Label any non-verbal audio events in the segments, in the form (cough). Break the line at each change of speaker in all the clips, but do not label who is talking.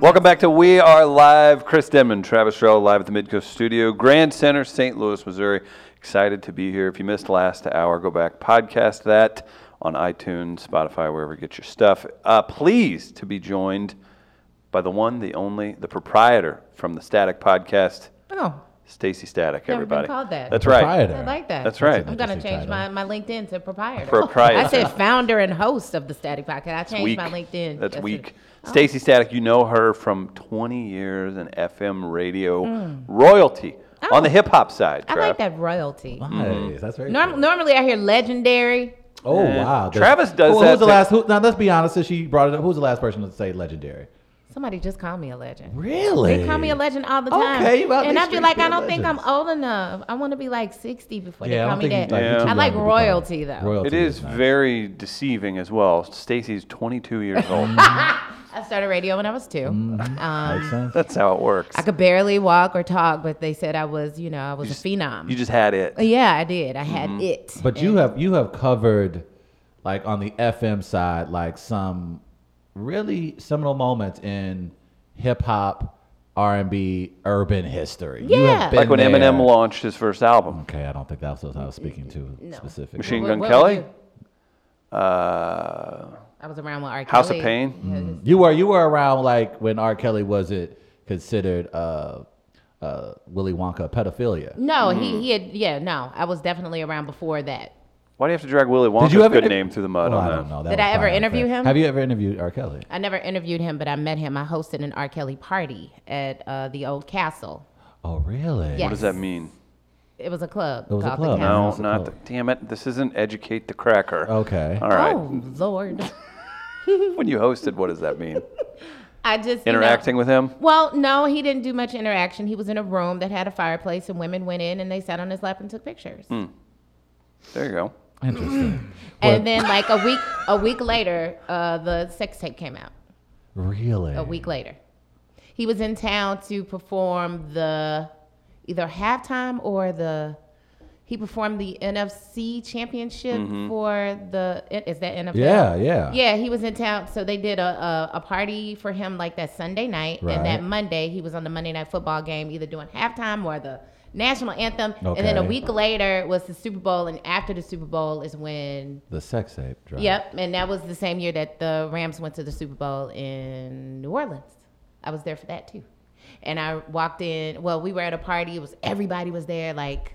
Welcome back to We Are Live. Chris Denman, Travis Sherrill, live at the Midcoast Studio, Grand Center, St. Louis, Missouri. Excited to be here. If you missed last hour, go back, podcast that on iTunes, Spotify, wherever you get your stuff. Uh, pleased to be joined by the one, the only, the proprietor from the Static Podcast,
Oh,
Stacy Static,
Never been
everybody.
called that.
That's right.
Proprietor.
I like that.
That's right.
I'm gonna
Interesting
change my, my LinkedIn to proprietor.
Proprietor.
I said founder and host of the Static Podcast. I changed my
Weak.
LinkedIn.
That's
yesterday.
weak.
Oh.
Stacy Static, you know her from 20 years in FM radio royalty on the hip hop side.
Hmm. Oh. I
Trav.
like that royalty.
Nice. That's very.
Norm- normally, I hear legendary.
cool. Oh wow.
Travis does
who,
that
Who's the
to-
last? Who, now let's be honest. Since she brought it up, who's the last person to say legendary?
Somebody just called me a legend.
Really?
They call me a legend all the time.
Okay, well,
and
these
I feel
streets
like
be
I don't think I'm
legends.
old enough. I want to be like 60 before
Yeah,
they
I
call
don't
me
think
that.
you- like, you're too
I
young
like
to be called
royalty though.
Royalty
It is
nice.
very deceiving as well. Stacy's 22 years
(laughs)
old. (laughs)
I started radio when I was two.
Mm-hmm.
Um,
Makes sense.
That's how it works.
I could barely walk or talk, but they said I was, you know, I was
You just-
a phenom. Uh,
You just had it.
yeah, I did. I had it.
Mm-hmm. But you have you have covered, like on the FM side, like some really seminal moments in hip hop, R and B, urban history. You have
Yeah.
been
Like when
there.
Eminem launched his first album,
Okay, I don't think that's what I was speaking to specifically.
Machine
What-
Gun
what
Kelly,
were you?
uh,
I was around with R.
House of
Kelly.
Pain.
You were you were around like when R. Kelly was it considered uh, uh, Willy Wonka pedophilia?
No,
Mm-hmm.
he he had yeah no. I was definitely around before that.
Why do you have to drag Willie Wonka's
you ever
good
inter-
name through the mud
Well,
on
Oh, I
that?
don't know. That
Did
was
I ever
probably
interview
unfair.
him?
Have you ever interviewed R. Kelly?
I never interviewed him, but I met him. I hosted an R. Kelly party at uh, the old castle.
Oh really?
Yeah.
What does that mean?
It was a club.
It was a
called
club.
The
No,
No,
castle.
that's a
not the,
quote.
damn it. This isn't educate the cracker.
Okay.
All right.
Oh Lord, (laughs)
When you hosted, what does that mean?
I just you know-
Interacting with him?
well, no, he didn't do much interaction. He was in a room that had a fireplace, and women went in and they sat on his lap and took pictures.
There you go.
(clears throat) Interesting. What-
And then like a week a week later, uh, the sex tape came out.
really.
a week later. He was in town to perform the either halftime or the he performed the NFC championship for the is that NFL?
Yeah, yeah.
Yeah, he was in town, so they did a, a, a party for him like that Sunday night, and that
Right.
Monday he was on the Monday night football game, either doing halftime or the national anthem, and then a
Okay.
week later was the Super Bowl, and after the Super Bowl is when
The sex tape drop.
Yep, and that was the same year that the Rams went to the Super Bowl in New Orleans. I was there for that too. And I walked in, well, we were at a party, it was everybody was there, like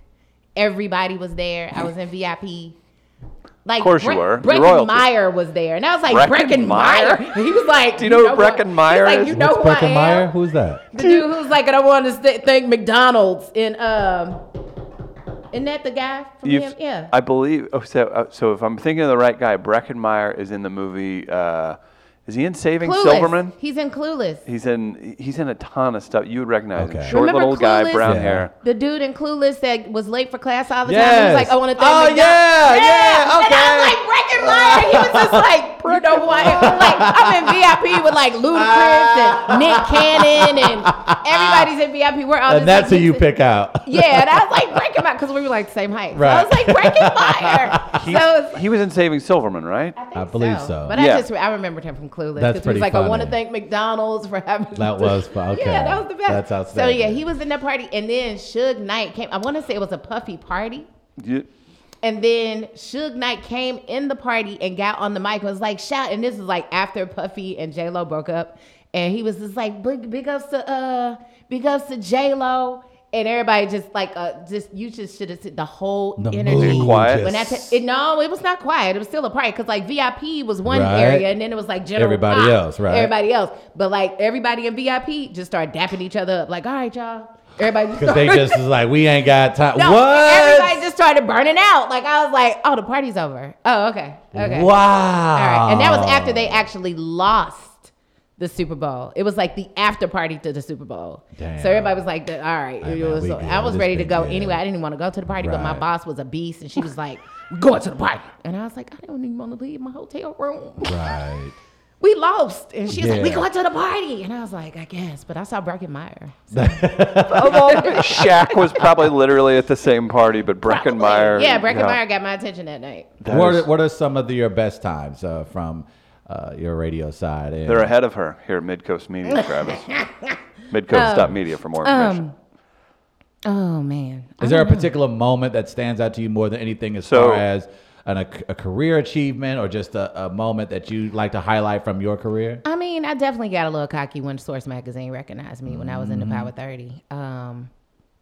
everybody was there. I
(laughs)
was in VIP. Like
Of course you were. You're royalty.
Breckenmeyer was there. And I was like,
Breckenmeyer?
Breckenmeyer?
(laughs)
He was like,
Do you know who
what-
Breckenmeyer
he's like,
is?
You know
What's
who I
Breckin
am?
Meyer? Who's that?
The dude who's like, I don't want to st- thank McDonald's and um isn't that the guy from
You've-
him? Yeah.
I believe. Oh, so, uh, so if I'm thinking of the right guy, Breckenmeyer is in the movie. Uh, is he in Saving
Clueless.
Silverman?
He's in Clueless.
He's in. He's in a ton of stuff. You would recognize him.
Okay.
Short
Remember
little guy,
Clueless?
brown
Yeah.
hair.
The dude in Clueless that was late for class all the time. He
Yes.
was like, I want to thank
Oh,
McDonald's.
yeah, yeah,
And I was
okay.
like, Breaking Liar. He was just
(laughs)
like, you know what? Like, I'm in VIP with like Ludacris
Ah.
and Nick Cannon and everybody's in VIP. We're all
And
just
that's who
like,
you
(laughs)
pick out.
Yeah, and I was like, Breaking Liar, because we were like the same height. So I
Right.
was like,
(laughs)
Breaking Liar.
He,
so it's-
he was in Saving Silverman, right?
I, think
I believe so.
But
Yeah.
I just I remembered him from Clueless because
That's
he was
pretty
like, I want to
funny.
thank McDonald's for having
That was fun. Okay.
(laughs) Yeah, that was the best.
That's
So yeah,
outstanding.
he was in that party, and then Suge Knight came. I want to say it was a puffy party.
You-
And then Suge Knight came in the party and got on the mic and was like, shout. And this is like after Puffy and J Lo broke up. And he was just like, big, big ups to uh, big ups to J Lo. And everybody just like uh, just you just should have seen the whole
The
energy.
mood
Quiet.
When I
just-
t- it, no, it was not quiet. It was still a party because like VIP was one
Right.
area, and then it was like general
Everybody
pop,
else, right.
Everybody else, but like everybody in VIP just started dapping each other up, like all right, y'all. Everybody
(laughs)
just
Because they
started-
just is like, we ain't got time.
no, everybody
what?
just started burning out. Like I was like, oh, the party's over. Oh, okay, okay.
Wow.
All right, and that was after they actually lost the Super Bowl. It was like the after party to the Super Bowl.
Damn.
So everybody was like, all right,
Hey,
it
man,
was-
we good.
I was
This
ready to
big
go
deal.
anyway. I didn't want to go to the party, but my
Right.
boss was a beast, and she was like, we're going to the party, and I was like, I don't even want to leave my hotel room.
Right.
(laughs) We lost, and she was like, we
Yeah.
going to the party, and I was like, I guess, but I saw Breckenmeyer. Oh,
(laughs) Shaq was probably literally at the same party, but Breckenmeyer.
Yeah, Breckenmeyer got my attention that night.
That
what,
is-
are, what are some of the, your best times uh, from uh, your radio side. And
They're ahead of her here at Midcoast Media,
(laughs)
Travis. Midcoast.media for more
um,
information.
Oh man.
Is there a particular moment that stands out to you more than anything as
So-
far as an, a, a career achievement or just a, a moment that you like to highlight from your career?
I mean, I definitely got a little cocky when Source Magazine recognized me when I was in the
Mm-hmm.
Power 30. Um,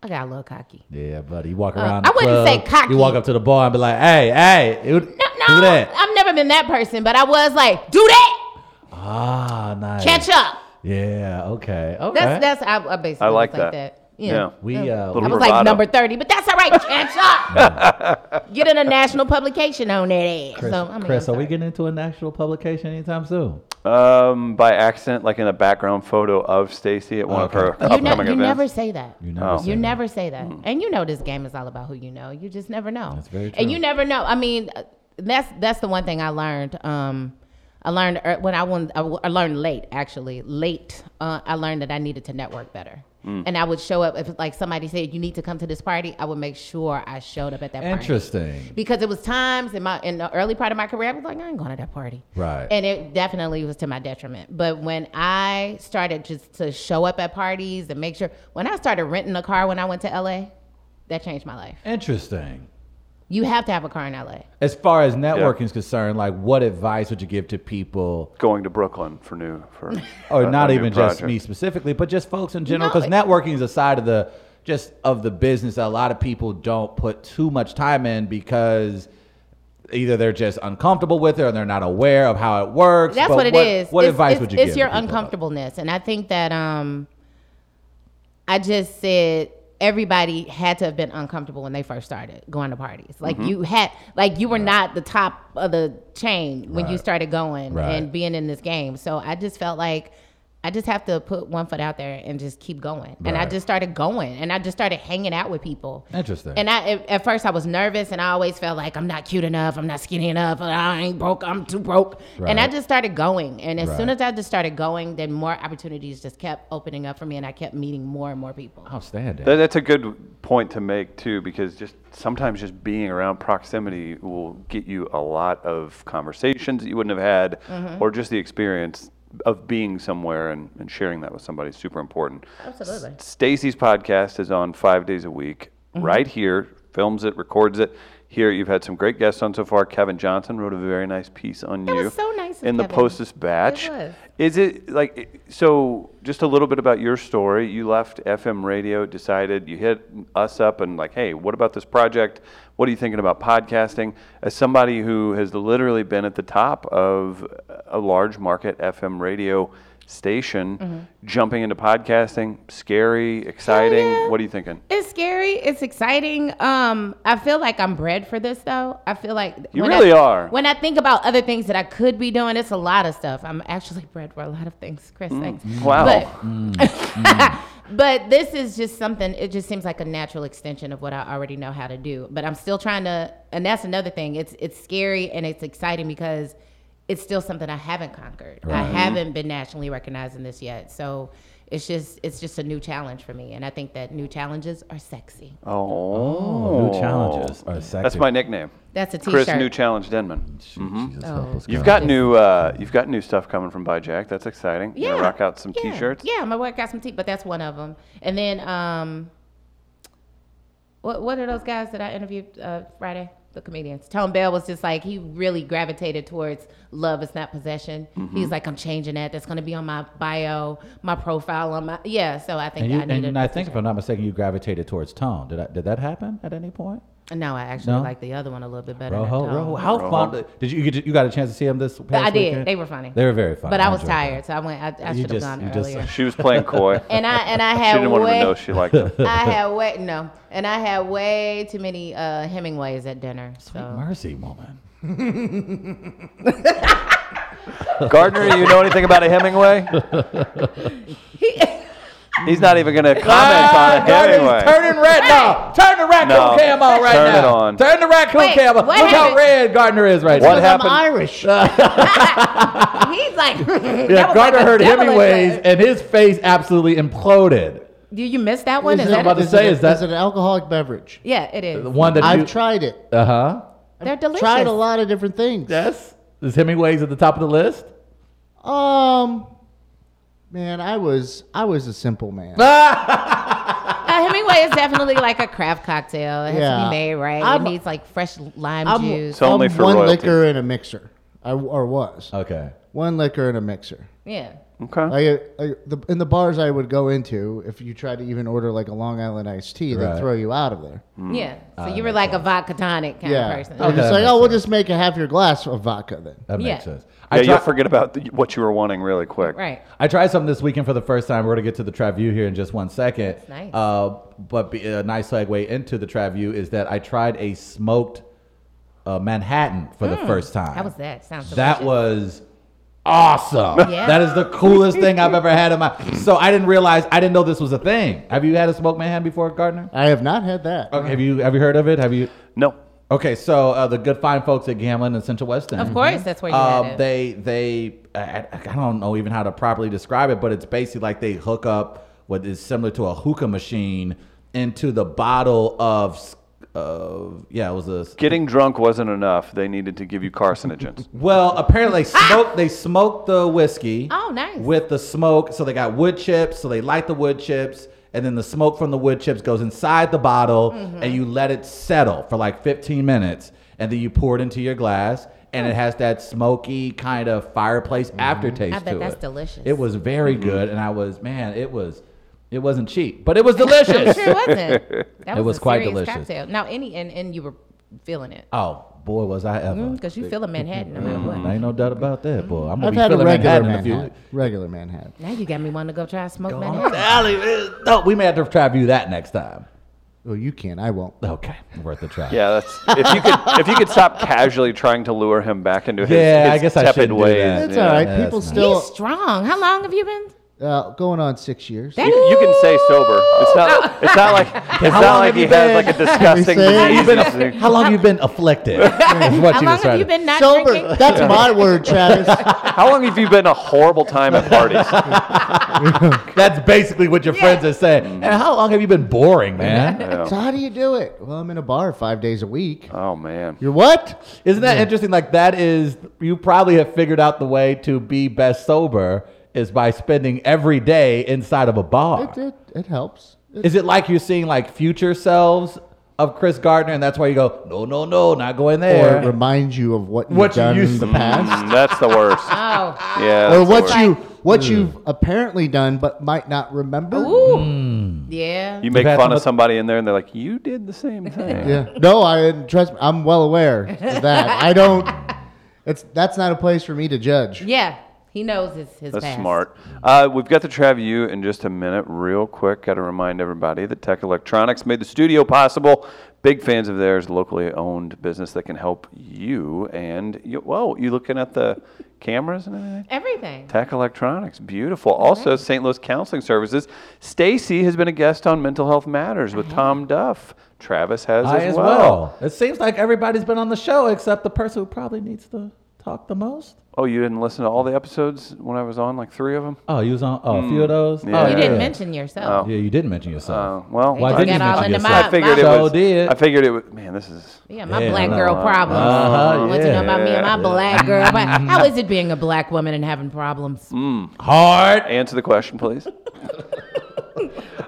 I got a little cocky.
Yeah, buddy. You walk around.
I
the
wouldn't say
club,
cocky.
You walk up to the bar and be like, hey, hey,
No,
who, who
no,
that?
I've never been that person, but I was like, do that,
Ah, nice.
catch up.
Yeah, okay. Okay.
That's that's I, I basically
I
was
like that.
Yeah.
Yeah.
we, uh,
Little
I was
bravado.
like number 30, but that's
(laughs)
all right. Catch up. Get in a national publication on that ass.
Chris,
so, I mean,
Chris
I'm
are we
sorry.
getting into a national publication anytime soon?
Um, by accident, like in a background photo of Stacy at one
Okay.
of her
you,
upcoming
ne- you
events.
never say that.
You never say
You
that.
never say that. And you know this game is all about who you know. You just never know.
That's very true.
And you never know. I mean, uh, that's that's the one thing I learned. Um, I learned er, when I won. I w- I learned late, actually. Late, uh, I learned that I needed to network better. And I would show up if, like, somebody said, "You need to come to this party." I would make sure I showed up at that party
Interesting.
because it was times in my in the early part of my career. I was like, I ain't going to that party.
Right.
And it definitely was to my detriment. But when I started just to show up at parties and make sure, when I started renting a car when I went to LA, that changed my life.
Interesting.
You have to have a car in LA.
As far as networking is concerned, like what advice would you give to people,
Going to Brooklyn for new
(laughs)
for
or
a- a
Oh, not
new
even just
project.
me specifically, but just folks in general?
No,
Because
it-
networking is a side of the just of the business that a lot of people don't put too much time in because either they're just uncomfortable with it or they're not aware of how it works.
That's
But
what it is.
What
It's-
advice
it's-
would you give?
It's your
to people?
uncomfortableness, and I think that um, I just said everybody had to have been uncomfortable when they first started going to parties. Like
Mm-hmm.
you had, like you were not the top of the chain when you
Right.
started going
Right.
and being in this game. So I just felt like. I just have to put one foot out there and just keep going. And I
Right.
just started going and I just started hanging out with people.
Interesting.
And I at, at first I was nervous, and I always felt like I'm not cute enough, I'm not skinny enough, I ain't broke, I'm too broke. And I
Right.
just started going, and as soon as
Right.
I just started going, then more opportunities just kept opening up for me, and I kept meeting more and more people.
Outstanding.
That- that's a good point to make too, because just sometimes just being around proximity will get you a lot of conversations that you wouldn't have had,
Mm-hmm.
or just the experience of being somewhere and, and sharing that with somebody is super important.
Absolutely. Mm-hmm.
Stacy's podcast is on five days a week, right here. Films it, records it. Here, you've had some great guests on so far. Kevin Johnson wrote a very nice piece on
That
you.
was so nice of
in the
Kevin.
Postus batch.
It was.
Is it like i- so? Just a little bit about your story. You left FM radio, decided you hit us up and like, hey, what about this project? What are you thinking about podcasting? As somebody who has literally been at the top of a large market FM radio station,
Mm-hmm.
jumping into podcasting, scary, exciting.
yeah.
What are you thinking?
It's scary. It's exciting. Um, I feel like I'm bred for this, though. I feel like
You
when I-
really are.
When I think about other things that I could be doing, it's a lot of stuff. I'm actually (laughs) bred for a lot of things, Chris. Thanks.
Mm. Wow. Mm.
But, (laughs) but this is just something. It just seems like a natural extension of what I already know how to do. But I'm still trying to, and that's another thing. It's it's scary and it's exciting because it's still something I haven't conquered. I haven't been nationally recognized in this yet. So. It's just it's just a new challenge for me, and I think that new challenges are sexy.
Oh,
Oh, new challenges are
That's
sexy.
my nickname,
That's a
Chris
T-shirt.
New Challenge Denman.
Jesus,
help Oh. us,
You've got new uh, you've got new stuff coming from BuyJack. That's exciting. You're
Yeah,
gonna rock out some
yeah,
t-shirts.
Yeah, my work got some t, but that's one of them. And then, um, what what are those guys that I interviewed uh, Friday? The comedians. Tone Bell was just like he really gravitated towards love is not possession.
Mm-hmm.
He's like, I'm changing that. That's gonna be on my bio, my profile, on my yeah. So I think
And, you,
I need
and I think, if
about
I'm not mistaken, you gravitated towards tone. Did I, did that happen at any point?
no, I actually
No?
like the other one a little bit better. than
Rojo,
Tone.
Rojo. How
Rojo.
fun did you, you get- you got a chance to see them this past
But I did.
weekend?
They were funny.
They were very funny.
but I was
enjoyed them.
tired, so I went. I, I
You
should have
just-
gone
you just- (laughs)
earlier.
She was playing coy.
and I and I
she
had
didn't want him
way-
to know she liked him.
(laughs)
I had way no, and I had way too many uh, Hemingways at dinner.
Sweet
So
mercy, woman.
Gardner, you know anything about a Hemingway?
(laughs)
He's not even gonna comment
Ah,
on a Hemingway.
turning red
(laughs)
now. Turn the raccoon
No.
cam on right
Turn it
now.
on.
Turn the raccoon
Wait,
cam on.
what
Look how
happened?
red Gardner is right
What
now.
happened?
Irish.
he's like,
Yeah,
(laughs) yeah,
Gardner heard Hemingway's, and his face absolutely imploded.
Do you miss that one?
Is
Is
it
that
about
it?
to say
it-
is that-
is it an alcoholic beverage?
(laughs) yeah, it is.
The one that
I've
you,
tried it.
uh huh.
They're delicious.
Tried a lot of different things.
Yes. Is Hemingway's at the top of the list?
Um, man, I was I was a simple man.
Ah!
Uh, Hemingway is definitely like a craft cocktail. It has to
Yeah.
be made right.
I'm-
it needs like fresh lime
I'm-
juice.
So- It's only
I'm
for
one
royalties.
liquor and a mixer. I or was
Okay.
one liquor and a mixer.
yeah.
Okay.
Like uh, uh, the, in the bars I would go into, if you tried to even order like a Long Island iced tea,
Right.
they'd throw you out of there.
Mm.
Yeah. So you were like a vodka tonic kind
yeah,
of person.
they're
Okay. Uh,
just like,
makes
oh, we'll
sense.
just make a half your glass of vodka then.
That makes
Yeah.
sense. I,
yeah,
try-
you'll forget about the, what you were wanting really quick.
Right.
I tried something this weekend for the first time. We're going to get to the Travview here in just one second.
nice.
Uh, but be, a nice segue into the Travview is that I tried a smoked uh, Manhattan for the first time.
How was Mm, that? Sounds
That
delicious.
was awesome.
Yeah.
That is the coolest thing I've ever had in my. So I didn't realize I didn't know this was a thing. Have you had a smoked Manhattan before, Gardner?
I have not had that.
Uh-huh.
Okay. Have you Have you heard of it? Have you?
No.
Okay, so uh, the good fine folks at Gamlin and Central West End.
Of course, that's where you
Uh,
had it.
They they I, I- I don't know even how to properly describe it, but it's basically like they hook up what is similar to a hookah machine into the bottle of s- of yeah it was a
Getting drunk wasn't enough. They needed to give you
(laughs)
carcinogens.
well apparently they smoked they smoked the whiskey
Ah! Oh, nice.
with the smoke so they got wood chips so they light the wood chips and then the smoke from the wood chips goes inside the bottle
Mm-hmm.
and you let it settle for like 15 minutes and then you pour it into your glass and it has that smoky kind of fireplace aftertaste
Mm-hmm. I bet
to
that's
it.
delicious. Mm-hmm.
It was very good and I was man it was it wasn't cheap but it
(laughs)
was delicious.
Sure
(laughs)
wasn't. That
It
was,
was
a
quite
serious
delicious.
Cocktail. Now, any and, and you were feeling it
oh boy was
Mm,
I ever.
because you feel a Manhattan no matter what.
Ain't no doubt about that, boy. I'm gonna
I've
be
had a
feeling
regular
Manhattan, in a
Manhattan.
few.
Regular Manhattan.
Now you got me wanting to go try and smoke
Oh,
Manhattan.
golly, man. no, we may have to try to do that next time.
Well, you can. I
(laughs)
won't.
Okay, worth a try.
Yeah, that's if you could if you could stop casually trying to lure him back into his,
Yeah, I
his
guess I
tepid
shouldn't do
ways.
that.
It's
yeah.
all right.
Yeah,
People
that's nice.
still
He's strong. How long have you been?
uh, going on six years.
That-
You, you can say sober. It's not. It's
(laughs)
not like. It's not
How long
like
have
he
you
has
been-
like a disgusting
How long
disease.
have
or something.
How long have you been afflicted? is what
How
you
long
decided.
have you been not
Sober.
drinking?
(laughs) That's my
(laughs)
word,
(laughs)
(laughs)
Travis.
How long have you been a horrible time at parties?
That's basically what your friends are saying. And how long have you been boring, man?
(laughs) so how do you do it? Well, I'm in a bar five days a week.
Oh man.
You're what?
Isn't that interesting? Like that is you probably have figured out the way to be best sober is by spending every day inside of a bar.
It, it, it helps. It-
Is it like you're seeing like future selves of Chris Gardner, and that's why you go, no, no, no, not going
or
there.
it reminds you of what you've
What you
done
used
in the
to- (laughs)
past.
Mm, that's the worst.
Oh.
Yeah.
or
that's the
what
worst.
you what you've
Mm.
apparently done but might not remember.
Ooh. Yeah.
You make
had
fun of
somebody-
somebody in there, and they're like, "You did the same
(laughs)
thing."
Yeah. No, I and trust me. I'm well aware of that. I
(laughs)
don't. It's that's not a place for me to judge.
Yeah. He knows his, his
That's
past.
smart. Uh, we've got the Trav U in just a minute. Real quick, got to remind everybody that Tech Electronics made the studio possible. Big fans of theirs, locally owned business that can help you. And you, whoa, you looking at the cameras and everything?
Everything.
Tech Electronics, beautiful. Also, St. Louis Counseling Services. Stacy has been a guest on Mental Health Matters with Tom Duff. Travis has
I
as well.
It seems like everybody's been on the show except the person who probably needs to talk the most.
Oh, you didn't listen to all the episodes when I was on, like three of them?
Oh, you was on oh, a few of those.
Hmm. yeah.
Oh,
You
You
didn't
yeah.
mention yourself.
Yeah, you did mention
Oh,
yourself.
well,
Well,
I-
didn't
you
all
mention
into my-
yourself.
I figured it
So
was.
did.
I figured it was. Man, this is.
Yeah, my
Yeah,
black
no,
girl
no,
problems.
uh-huh,
I want
yeah.
you to know about me and my
Yeah.
black girl. But how is it being a black woman and having problems?
Mm, (laughs)
Hard.
Answer the question, please.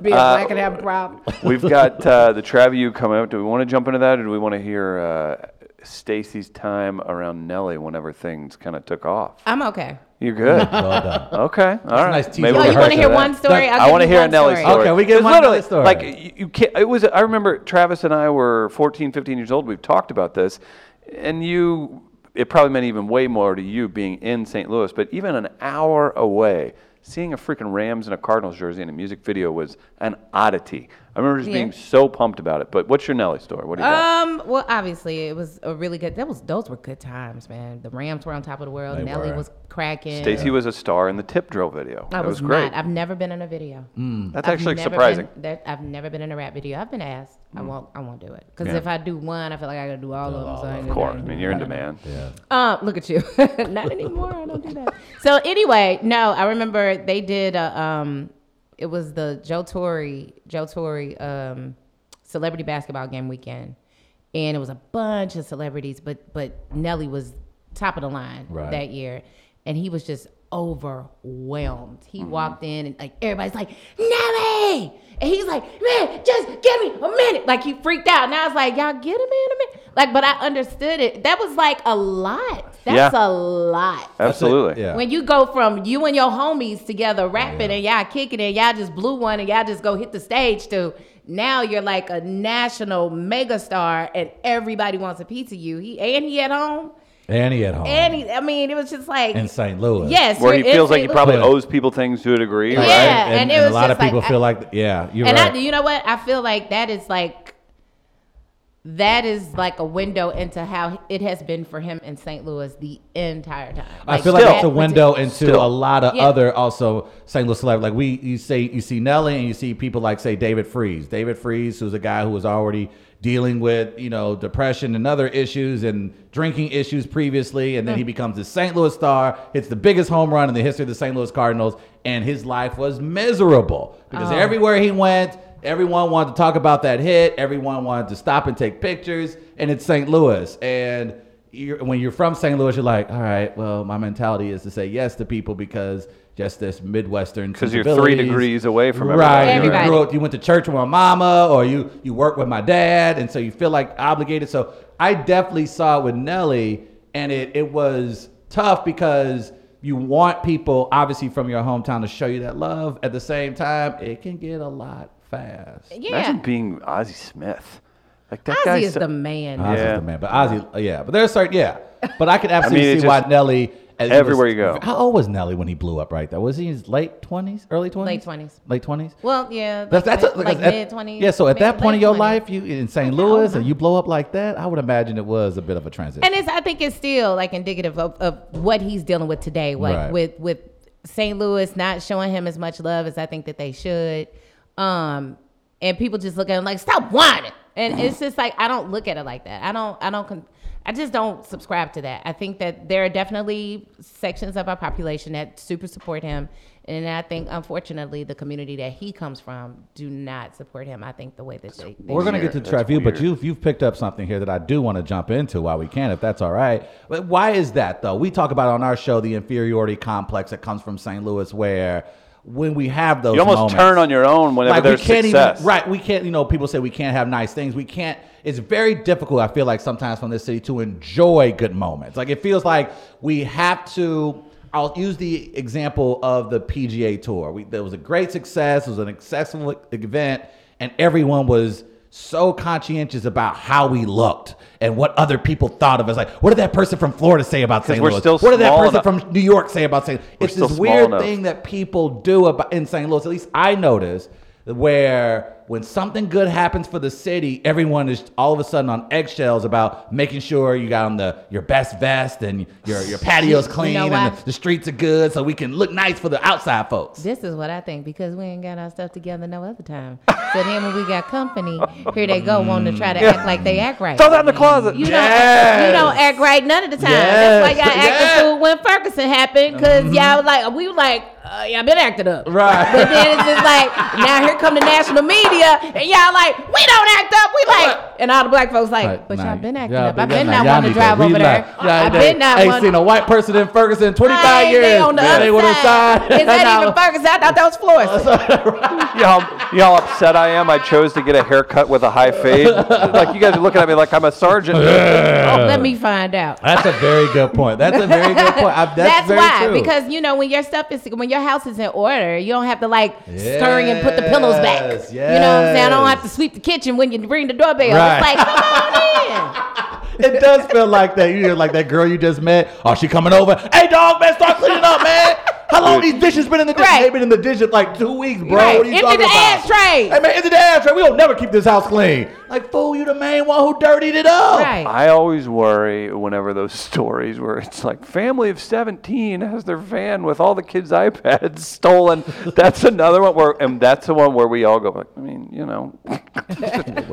Being
uh,
black and having problems.
We've got uh, the Travu coming up. Do we want to jump into that, or do we want to hear uh, Stacy's time around Nelly whenever things kind of took off?
I'm okay.
You're good.
Well done.
Okay, all right.
nice teaser
Maybe
for
Oh,
we'll
you
her
want
to
to hear
that.
one story?
I want to hear a Nelly story.
Okay, we get
It's
one
literally-
Nelly story.
Like you, you can't. It was. I remember Travis and I were 14, 15 years old. We've talked about this, and you. It probably meant even way more to you being in St. Louis, but even an hour away, seeing a freaking Rams and a Cardinals jersey in a music video was an oddity. I remember just
Yeah.
being so pumped about it. But what's your Nelly story? What do you got?
Um. Well, obviously, it was a really good. That was those were good times, man. The Rams were on top of the world.
They
Nelly
were.
was cracking.
Stacy was a star in the tip drill video.
I
that was,
was,
great.
not. I've never been in a video.
That's
I've
actually
never
surprising.
been- that, I've never been in a rap video. I've been asked. I won't. I won't do it. Because
Yeah.
if I do one, I feel like I gotta do all of them. So
Of
I ain't gonna do
course.
it.
I mean, you're in demand.
Yeah.
Uh, look at you. (laughs) Not anymore. I don't do that. So anyway, no, I remember they did a um it was the Joe Torre, Joe Torre um celebrity basketball game weekend. And it was a bunch of celebrities, but but Nelly was top of the line
Right.
that year, and he was just overwhelmed. He
Mm-hmm.
walked in and like everybody's like Nelly, and he's like, man, just give me a minute. Like he freaked out, and I was like, y'all get him in a minute. Like, but I understood it. That was like a lot. That's
Yeah.
a lot.
Absolutely.
Yeah.
When you go from you and your homies together rapping and y'all kicking and y'all just blew one and y'all just go hit the stage to now you're like a national megastar and everybody wants a piece of you. He and he at home
Annie at home
and he, I mean it was just like
in St. Louis.
yes,
Where he
you're in
feels like he
St.
probably
Right.
owes people things to a degree,
Yeah.
right?
And,
and it
and
was
a lot
just
of people
like-
feel like, yeah, you're
and
right.
I, you know what? I feel like that is like that is like a window into how it has been for him in St. Louis the entire time.
I feel like
still-
it's a
that
window into
Still.
a lot of
Yeah.
other also St. Louis celebrities. Like we, you say, you see Nelly, and you see people like say David Freeze. David Freeze, who's a guy who was already dealing with you know depression and other issues and drinking issues previously, and then
Mm.
he becomes the St. Louis star, hits the biggest home run in the history of the St. Louis Cardinals, and his life was miserable because
Oh.
everywhere he went. Everyone wanted to talk about that hit. Everyone wanted to stop and take pictures. And it's St. Louis. And you're, when you're from St. Louis, you're like, all right, well, my mentality is to say yes to people because just this Midwestern.
'Cause you're three
sensibilities.
degreets away from
Right.
everybody.
you
Everybody.
grew up- you went to church with my mama, or you you work with my dad, and so you feel like obligated. So I definitely saw it with Nelly, and it it was tough because you want people obviously from your hometown to show you that love. At the same time, it can get a lot fast.
Yeah.
Imagine being Ozzy Smith. Like that
Ozzy
guy's
is
so-
the man.
Ozzy's
Yeah.
the man, but Ozzy, uh, yeah, but there's certain, yeah,
(laughs)
but I can absolutely
it
see why
just-
Nelly. as he
everywhere
was-
you go.
How old was Nelly when he blew up? Right, though, was he in his late twenties, early
Late
twenties,
20s.
late twenties.
Well, yeah,
That's
like,
that's a-
like,
at-
mid twenties.
Yeah, so at that point in your life, you in St. Louis, and you blow up like that, I would imagine it was a bit of a transition.
and it's I think it's still like indicative of, of what he's dealing with today, like
Right.
with with St. Louis not showing him as much love as I think that they should, um, and people just look at him like stop whining,
(laughs)
and it's just like I don't look at it like that. I don't I don't con- I just don't subscribe to that. I think that there are definitely sections of our population that super support him. And I think, unfortunately, the community that he comes from do not support him. I think the way that they, they
We're
should.
gonna
Weird.
get to
That's
Trevue, but
weird.
you've you've picked up something here that I do want to jump into while we can, if that's all right. But why is that though? We talk about on our show the inferiority complex that comes from St. Louis, where when we have those,
you almost
moments-
turn on your own whenever
like we
there's
can't
success.
even right. We can't. You know, people say we can't have nice things. We can't. It's very difficult. I feel like sometimes from this city to enjoy good moments. Like it feels like we have to. I'll use the example of the PGA Tour. We, there was a great success. It was an successful event, and everyone was so conscientious about how we looked and what other people thought of us. Like, what did that person from Florida say about St.
we're
Louis?
still
what did that
small
person
enough-
from New York say about St. Louis? It's
still
this
small
weird
enough.
thing that people do about in St. Louis, at least I notice, where when something good happens for the city, everyone is all of a sudden on eggshells about making sure you got on the your best vest and your your
(laughs)
patio's clean
why?
and the, the streets are good, so we can look nice for the outside folks.
This is what I think because we ain't got our stuff together no other time. so then when we got company, here they go wanting to try to act like they act right.
Throw that in the closet.
you
Mm. Yes.
don't, you don't act right none of the time. That's why y'all
Yes.
acted
Yes. Mm-hmm.
fool when Ferguson happened because y'all was like we were like uh, y'all been acting up,
Right.
But then it's just like now here come the national media and y'all like we don't act up. We like and all the black folks like,
Right,
but
nah,
y'all been acting
y'all
up. I've been not
nah, y'all
wanting
need
to drive over
relax.
there.
Y'all
I've
ain't-
been not
ain't
wanting.
seen a white person in Ferguson in 25
Hey,
years.
They on the
man.
other
They went
side.
(laughs) inside.
Is
Now-
that even Ferguson? I thought that was
(laughs)
Florissant.
You know, how, you know how upset I am? I chose to get a haircut with a high fade. like, you guys are looking at me like I'm a sergeant.
(laughs)
Oh,
Uh,
let me find out.
That's a very good point. That's a very good point. I- that's
That's,
very
why,
true.
because you know when your stuff is when your house is in order, you don't have to like scurry and put the pillows back.
Yes,
You know what I'm saying? I don't
yes.
have to sweep the kitchen when you ring the doorbell.
Right.
It's like
(laughs)
come on
It does feel like that. You hear like that girl you just met. Oh, she coming over. Hey, dog, man, start cleaning up, man. How long these dishes been in the dish?
Right.
They've been in the dishes like two weeks, bro.
Right.
What are you
Empty
talking
the
about?
ashtray.
Hey, man, empty the ashtray. We don't never keep this house clean. Like, fool, you the main one who dirtied it up.
in. right.
I always worry whenever those stories where it's like family of 17 has their van with all the kids' iPads (laughs) stolen. That's another one where, and that's the one where we all go, like, I mean, you know,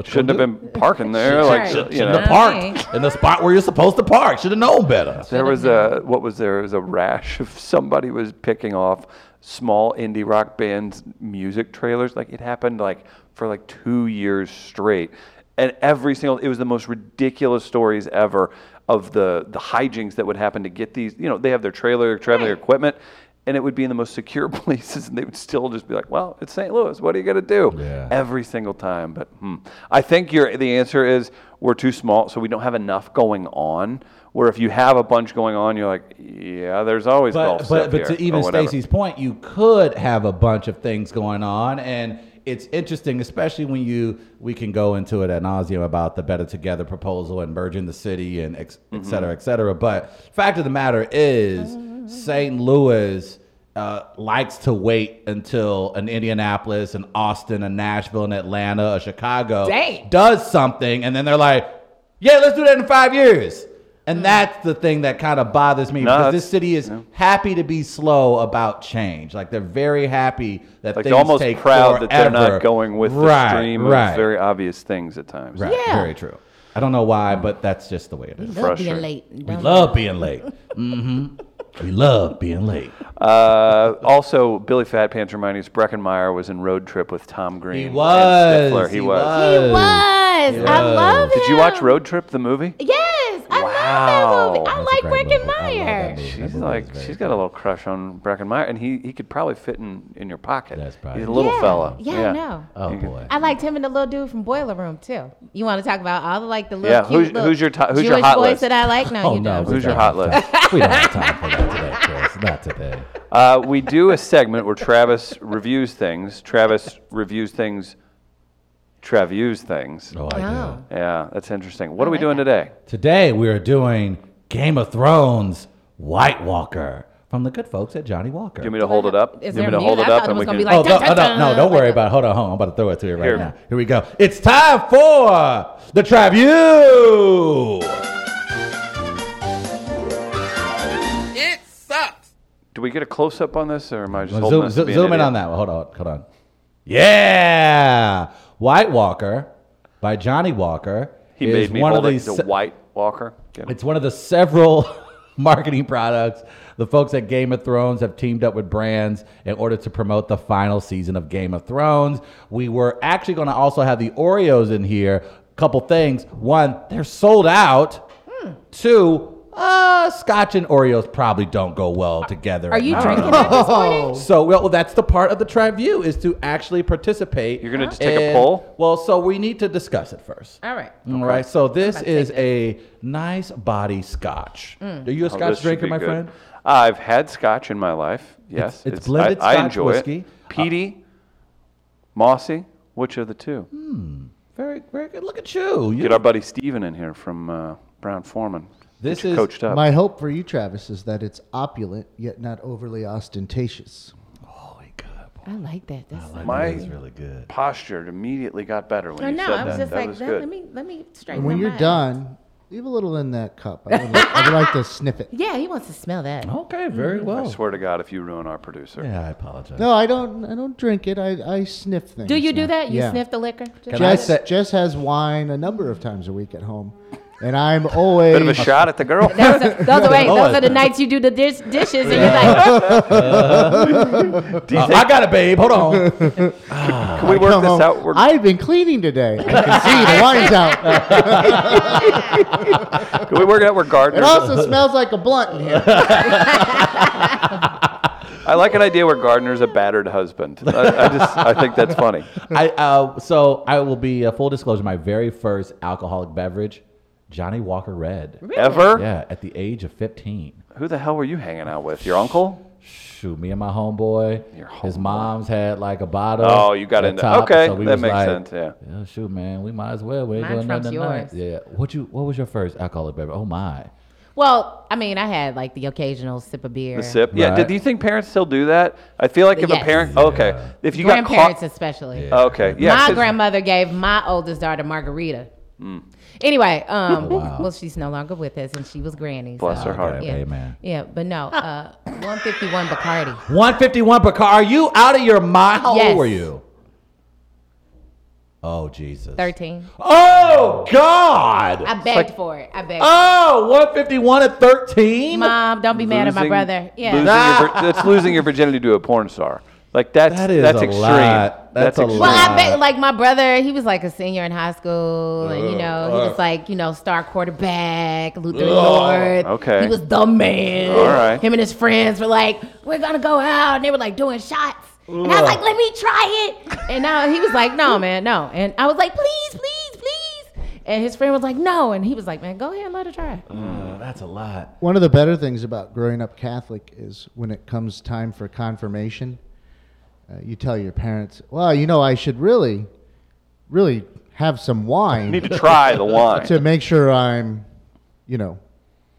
shouldn't have been parking there. Like,
Right.
you
in
know.
the
Okay.
park, in the spot where you're supposed to park. Should have known better.
There was a what was there was a rash of somebody was picking off small indie rock bands music trailers. Like it happened like for like two years straight, and every single it was the most ridiculous stories ever of the the hijinks that would happen to get these. You know, they have their trailer, traveling
Right.
equipment, and it would be in the most secure (laughs) places, and they would still just be like, "Well, it's St. Louis. What are you gonna do?"
Yeah.
Every single time. But hmm. I think your the answer is we're too small, so we don't have enough going on. Where if you have a bunch going on, you're like, "Yeah, there's always golf
but but,
stuff
but
here,"
to
or
even
whatever.
Stacy's point, you could have a bunch of things going on, and it's interesting, especially when you we can go into it at nauseum about the Better Together proposal and merging the city and ex, et cetera,
Mm-hmm.
et cetera. But fact of the matter is, St. Louis. Uh, likes to wait until an Indianapolis, an Austin, a Nashville, an Atlanta, a Chicago
Dang.
does something, and then they're like, "Yeah, let's do that in five years." And that's the thing that kind of bothers me
No,
because
that's-
this city is happy to be slow about change. Like they're very happy that
Like
things
they're almost
take
proud
forever.
that they're not going with the
right,
stream
Right,
of very obvious things at times.
right,
Yeah.
very true. I don't know why, but that's just the way it is.
Love being
frustrating.
late. and
We
don't-
love being late. hmm We love
(laughs)
being late.
Uh, also, Billy Fat Pants reminding us Breckenmeyer was in Road Trip with Tom Green.
He
and
was.
Stifler. He, was.
He was. I love him.
Did you watch Road Trip, the movie?
Yes, I
Wow.
love that movie. I
That's a
like
great
Breckin
movie. I love that
Meyer.
movie.
She's
movie
like,
is very
she's got a little crush on Breckenmeyer, and he, he could probably fit in, in your pocket.
That's probably-
He's a little
yeah.
fella.
Yeah, I know.
Oh boy.
I liked him and the little dude from Boiler Room too. You want to talk about all the like the little
Yeah,
cute
who's-
little
who's your to- who's
Jewish
your hot
boys
list?
that I like? No,
Oh
you
no!
don't.
we
Who's your
don't
hot
have time- We don't have time for
(laughs)
that today, Chris. Not today.
Uh, we do a segment where Travis reviews things. Travis reviews things. Traviews things.
No, I do.
No.
Yeah, that's interesting. What are we
like
doing
that.
today?
Today we are doing Game of Thrones White Walker from the good folks at Johnny Walker.
You want me to hold it up?
Is
you want
there
me to hold
mute?
it
I
up
thought it
and we
was gonna
can.
be
oh,
like-
no, oh,
dun,
no,
dun,
no,
dun,
don't
like
worry
that.
about it. Hold on, hold on. I'm about to throw it to you right
Here.
now. Here we go. It's time for the Traview.
Oh, do we get a close up on this, or am I just holding
Zoom,
this
zo-
to be an
zoom in
idiot?
on that one. Hold on, hold on. Yeah, White Walker by Johnny Walker.
He
is
made me
one
hold
of
it.
these.
The White Walker. Get it.
It's one of the several (laughs) marketing products the folks at Game of Thrones have teamed up with brands in order to promote the final season of Game of Thrones. We were actually going to also have the Oreos in here. Couple things. One, they're sold out.
Hmm.
Two, uh, Scotch and Oreos probably don't go well together.
Are you
No. (laughs)
drinking that this morning?
So well, that's the part of the triview is to actually participate.
You're gonna just take a
in-
poll?
Well, so we need to discuss it first.
All right.
All right. So this
about to take
is a nice body scotch. Are you a
Oh,
scotch
this should
drinker,
be
my
good.
friend?
I've had scotch in my life. Yes,
it's blended
I, I
Scotch
enjoy
whiskey. Uh,
It. Peaty, mossy. Which are the two?
Hmm. Very, very good. Look at you. You-
Get our buddy Steven in here from uh, Brown Foreman.
This
Get you
is-
coached up.
My hope for you, Travis, is that it's opulent yet not overly ostentatious.
Holy Oh, good.
I like that. That's
My-
That is really good.
Posture immediately got better when
I
you
know.
said
I was
that.
just
that
like,
was
that-
good.
let me let me straighten
And when
my
you're
mind.
done, leave a little in that cup. I would like, I would
(laughs)
like to sniff it.
Yeah, he wants to smell that.
Okay. Very
Mm, I
well.
swear to God, if you ruin our producer,
Oh. Yeah, I apologize.
No, I don't. I don't drink it. I, I sniff things.
Do you do that? You
Yeah.
sniff the liquor?
Can I
Jess,
say-
Jess has wine a number of times a week at home, and I'm (laughs) always
bit of a shot at the
(laughs)
girl.
Those are, those, are, wait,
Lord.
those are the nights you do the dish, dishes and you're like,
Do you
Uh,
think-
I got it, babe.
(laughs)
Hold on.
can we work
come
this
home,
out? We're,
I've been cleaning today. I can
(laughs)
see the wine's out.
can we work it out? We're
It
gardeners.
also smells like a blunt in here.
I like an idea where Gardner's a battered husband. I, I just I think that's
(laughs)
funny.
I uh, so I will be uh, full disclosure. My very first alcoholic beverage, Johnny Walker Red.
(laughs) Ever?
Yeah, at the age of fifteen.
Who the hell were you hanging out with? Your uncle?
Shoot, me and my homeboy.
Your
His
homeboy.
mom's had like a bottle.
Oh, you got
up
into-
top,
okay, that
was
makes sense, yeah.
Shoot, man, we might as well. We ain't
Mine
doing nothing
trumps
tonight.
yours.
Yeah. What you? What was your first alcoholic beverage? Oh my.
well, I mean, I had like the occasional sip of beer.
The sip? Yeah.
Right.
Did, do you think parents still do that? I feel like if a
Yes.
parent, okay, if you got
Grandparents
caught,
especially.
okay, yeah,
my
'cause- Mm.
grandmother gave my oldest daughter margarita. Anyway, um,
wow.
well, she's no longer with us, and she was granny. so-
Bless her heart.
Okay,
Yeah,
Amen.
yeah, but no, uh, 151 Bacardi.
151 Bacar. Are you out of your mind? How old
Yes.
were you? Oh Jesus.
13.
Oh God.
I begged for it. I begged.
oh, 151 at 13.
Mom, don't be mad at my
losing-
brother. Yeah. (laughs)
losing your vir- that's losing your virginity to a porn star. Like that's
That is
that's
a
extreme.
lot. That's a
extreme.
Well, I
Wow.
bet like my brother, he was like a senior in high school, and you know, he
Ugh.
was like you know star quarterback, Luther Lord.
Okay.
he was the man.
All right.
him and his friends were like, we're gonna go out, and they were like doing shots. And I was like, let me try it. And now he was like, no, man, no. And I was like, please, please, please. And his friend was like, no. And he was like, man, go ahead and let her try.
Uh, that's a lot.
One of the better things about growing up Catholic is when it comes time for confirmation, uh, you tell your parents, "Well, you know, I should really, really have some
You
wine
need to try
(laughs)
the wine.
to make sure I'm, you know,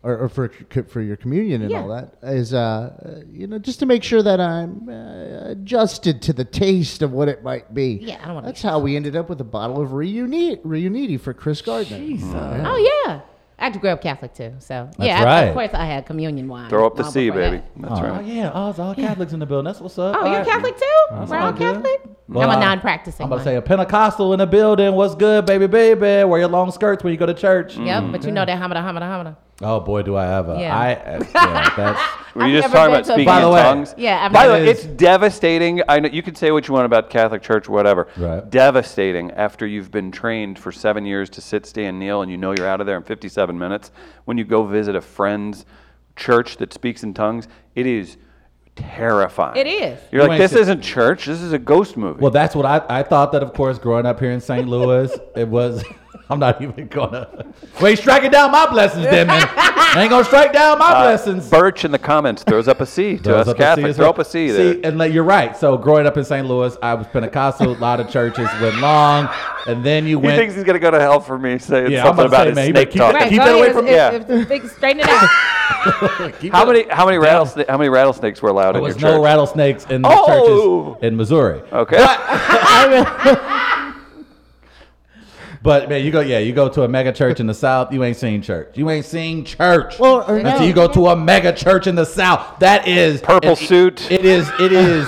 or, or for c- for your communion and all
Yeah.
that is, uh, uh, you know, just to make sure that I'm uh, adjusted to the taste of what it might be.
Yeah, I don't wanna
That's how we ended up with a bottle of Reuniti, Reuniti for Chris Gardner.
Oh yeah, I grew up Catholic too, so yeah,
That's
I-
right.
of course I had communion wine.
Throw up the
long
C,
before
baby.
that.
That's
Oh,
right.
yeah. Oh, it's all Catholics in the building. That's what's up.
Oh,
All
you're
right.
Catholic too? We're all
all good.
Catholic?
Well,
I'm
I-
a non-practicing
I'm about to
one.
say a Pentecostal in the building. What's good, baby, baby? Wear your long skirts when you go to church.
Yep, but you know that hamada, hamada, hamada.
Oh boy, do I ever!
Yeah.
I uh, yeah, that's
Were
I've
you just talking
never been
about
to a
speaking
By
in
the way-
tongues?
Yeah, I've
By the
never-
way, it's devastating. I know you can say what you want about Catholic Church, whatever.
Right.
Devastating after you've been trained for seven years to sit, stand, kneel, and you know you're out of there in 57 minutes. When you go visit a friend's church that speaks in tongues, it is terrifying.
It is.
You're
You
like,
ain't
this
sit-
isn't church. This is a ghost movie.
well. That's what I I thought that. Of course, growing up here in St. Louis, it was. (laughs) I'm not even gonna. Wait, striking down my blessings, then man. ain't gonna strike down my blessings.
Birch in the comments throws up a
(laughs)
C Uh, to
Those
us
up a C
Catholics.
as
Throw
well.
up a C there.
See, and like, you're right. So growing up in St. Louis, I was Pentecostal. A lot of churches went long, and then you
he
went.
thinks he's gonna go to hell for me saying
Yeah, I'm
something
about to
about
say,
his
man,
snake
you better keep
talk.
that-
Right,
keep
go
that away
ahead,
from-
if-
yeah.
if- if- fix- straighten it out.
Keep
How
it-
many how many rattlesna- how many rattlesnakes were allowed
There
in your
was
church?
no rattlesnakes in the
Oh!
churches in Missouri.
okay.
But man, you go yeah, you go to a mega church in the South, you ain't seen church. You ain't seen church
Well, or
until
no.
you go to a mega church in the South. That is
Purple
it-
suit.
It is. It is.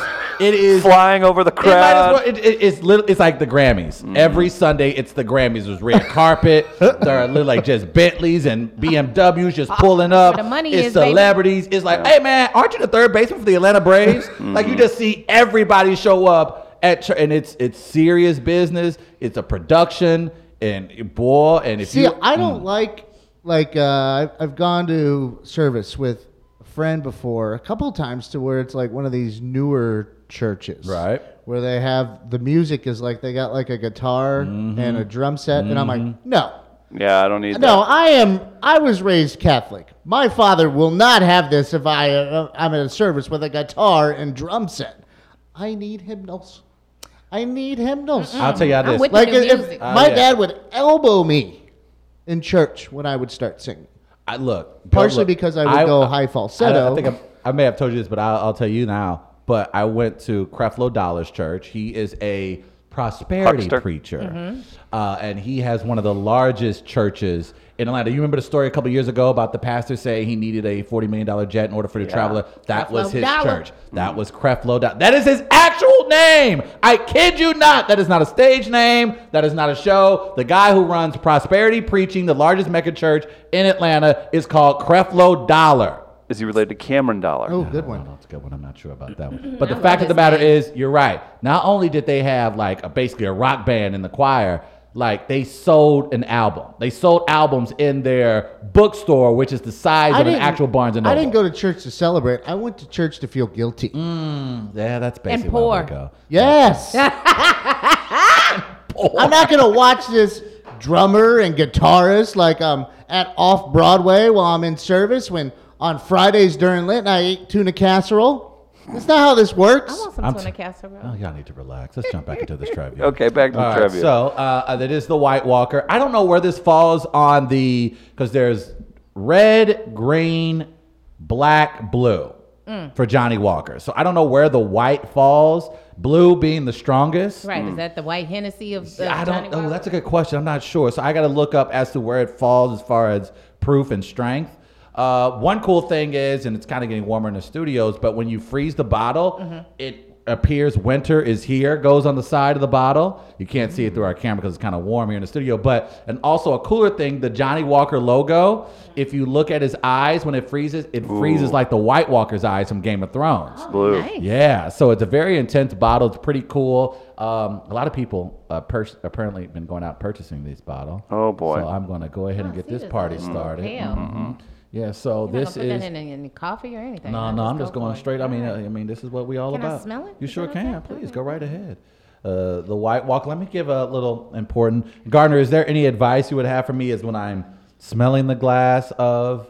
(laughs)
It is.
flying over the
It might as well-
crowd.
it- it- it's little, it's like the Grammys.
Mm-hmm.
Every Sunday, it's the Grammys. There's red
(laughs)
carpet. there are little, like just Bentleys and BMWs just pulling up.
Uh, the money
it's
is, baby.
celebrities. It's like, hey man, aren't you the third baseman for the Atlanta Braves?
Mm-hmm.
Like you just see everybody show up at church, and it's it's serious business. It's a production, and boy, and if
See,
you Mm.
I don't like like uh, I've- I've gone to service with a friend before a couple times to where it's like one of these newer churches,
Right.
Where they have the music is like they got like a guitar
Mm-hmm.
and a drum set, and I'm like, no,
yeah, I don't need
no,
that.
I am. I was raised Catholic. My father will not have this if I uh, I'm at a service with a guitar and drum set. I need hymnals. I need hymnals.
I'll tell you how
I'm
this.
with
Like
the
if
music.
Uh,
my
yeah.
dad would elbow me in church when I would start singing.
I look
Partially
look,
because I would go high falsetto.
I, I think I'm- i may have told you this, but I'll, I'll tell you now. But I went to Creflo Dollars Church. He is a prosperity
Huckster.
preacher,
Mm-hmm.
uh, and he has one of the largest churches in Atlanta. You remember the story a couple years ago about the pastor saying he needed a forty million dollar jet in order for the traveler. That was
Creflo
his
Dollar.
church. That was Creflo Dollars. That is his actual name. I kid you not. That is not a stage name. That is not a show. The guy who runs Prosperity Preaching, the largest mega church in Atlanta, is called Creflo Dollar.
Is he related to Cameron Dollar?
Oh, good
Oh,
one.
that's a good one. I'm not sure about that one. But the
I
fact
love
of
his
the matter
name.
is, you're right. Not only did they have like a, basically a rock band in the choir, like they sold an album. They sold albums in their bookstore, which is the size of an actual Barnes and Noble. Mm.
I didn't go to church to celebrate. I went to church to feel guilty.
Yeah, that's basically
poor.
where I go.
(laughs)
Yes. I'm not gonna watch this drummer and guitarist like I'm at off Broadway while I'm in service when on Fridays during Lent I eat tuna casserole. That's not how this
I
works.
want some
I'm
tuna
t-
casserole.
Oh, y'all need to relax. Let's jump back into this trivia.
(laughs) Okay, back to the
All right,
trivia.
so uh, that is the White Walker. I don't know where this falls on the because there's red, green, black, blue for Johnny Walker. So I don't know where the white falls. Blue being the strongest.
Right, is that the white Hennessy of the
I
Johnny
don't. Oh,
Walker?
that's a good question. I'm not sure. So I got to look up as to where it falls as far as proof and strength.
Mm-hmm.
Uh, one cool thing is, and it's kind of getting warmer in the studios, but when you freeze the bottle, it appears winter is here goes on the side of the bottle you can't see it through
Mm-hmm.
our camera because it's kind of warm here in the studio but and also a cooler thing the johnny walker logo
Mm-hmm.
if you look at his eyes when it freezes it freezes like the white walker's eyes from game of thrones
Blue.
Nice.
yeah, so it's a very intense bottle. It's pretty cool. Um, a lot of people uh, pers- apparently been going out purchasing this bottle.
Oh, boy.
So I'm going to go ahead and
Oh,
get
see,
this
this
party
is
started.
pale.
Mhm. Yeah, so
You're
this
not gonna put
is
that in any coffee or anything.
no,
right?
no. I'm just
go
going
for it.
straight. I mean, uh,
Alright.
I mean, this is what we all
Can I
about.
smell it?
You
Is
sure
it okay?
can.
All
Please
right.
go right ahead. Uh, the White Walk. Let me give a little important. Gardner, is there any advice you would have for me? Is when I'm smelling the glass of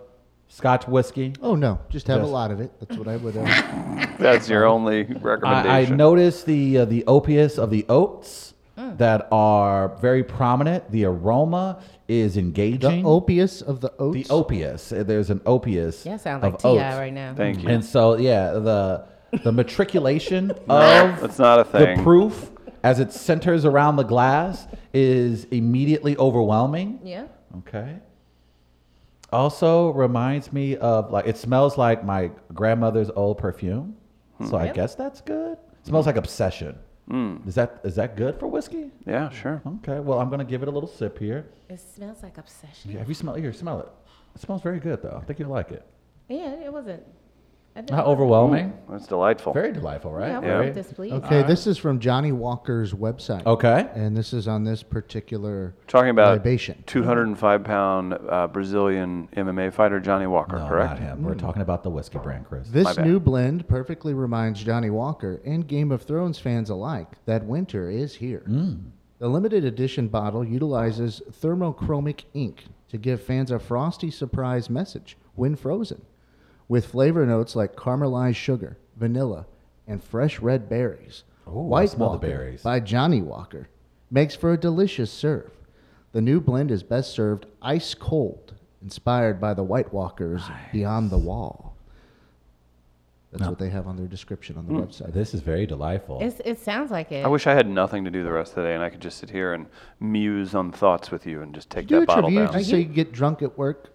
Scotch whiskey.
Oh no, just have
Yes.
a lot of it. That's what I would. Uh,
(laughs)
That's your only
I, I
recommendation.
noticed the uh, the opiates of the oats
Mm.
that are very prominent. The aroma is
the
engaging.
opius of the oats.
the opiace. Uh, There's an opiace.
Yeah, sound
of
like Ti
oats.
right now.
Thank you.
And so yeah, the
(laughs)
the matriculation of
That's not a
the
thing.
proof as it centers around the glass is immediately overwhelming.
Yeah.
Okay. Also reminds me of like it smells like my grandmother's old perfume. So I
Yep.
guess that's good. It smells like obsession. Is that is that good for whiskey?
yeah, sure.
Okay. Well, I'm gonna give it a little sip here.
It smells like obsession.
Yeah, Have you smelled here? Smell it. It smells very good though. I think you'll like it.
Yeah, it wasn't. I didn't-
Not overwhelming.
That's delightful.
Very delightful, right?
Yeah, I
Hmm. Yeah.
yeah.
Very-
this, please.
okay, this is from Johnny Walker's website.
Okay.
and this is on this particular
Talking about
libation.
205 pound uh, Brazilian MMA fighter Johnny Walker,
No,
correct?
not him. We're talking about the whiskey brand, Chris.
My
This
bad.
new blend perfectly reminds Johnny Walker and Game of Thrones fans alike that winter is here.
Mm.
The limited edition bottle utilizes thermochromic ink to give fans a frosty surprise message when frozen, with flavor notes like caramelized sugar, vanilla, and fresh red berries.
Ooh, I smell the berries.
by Johnny Walker makes for a delicious serve. The new blend is best served ice cold, inspired by the White Walkers Beyond the Wall. That's what they have on their description
Hmm.
on the website.
This is very delightful.
It's, it sounds like it.
I wish I had nothing to do the rest of the day and I could just sit here and muse on thoughts with you and just take
Do
that
a
bottle
review
down.
just so you can get drunk at work.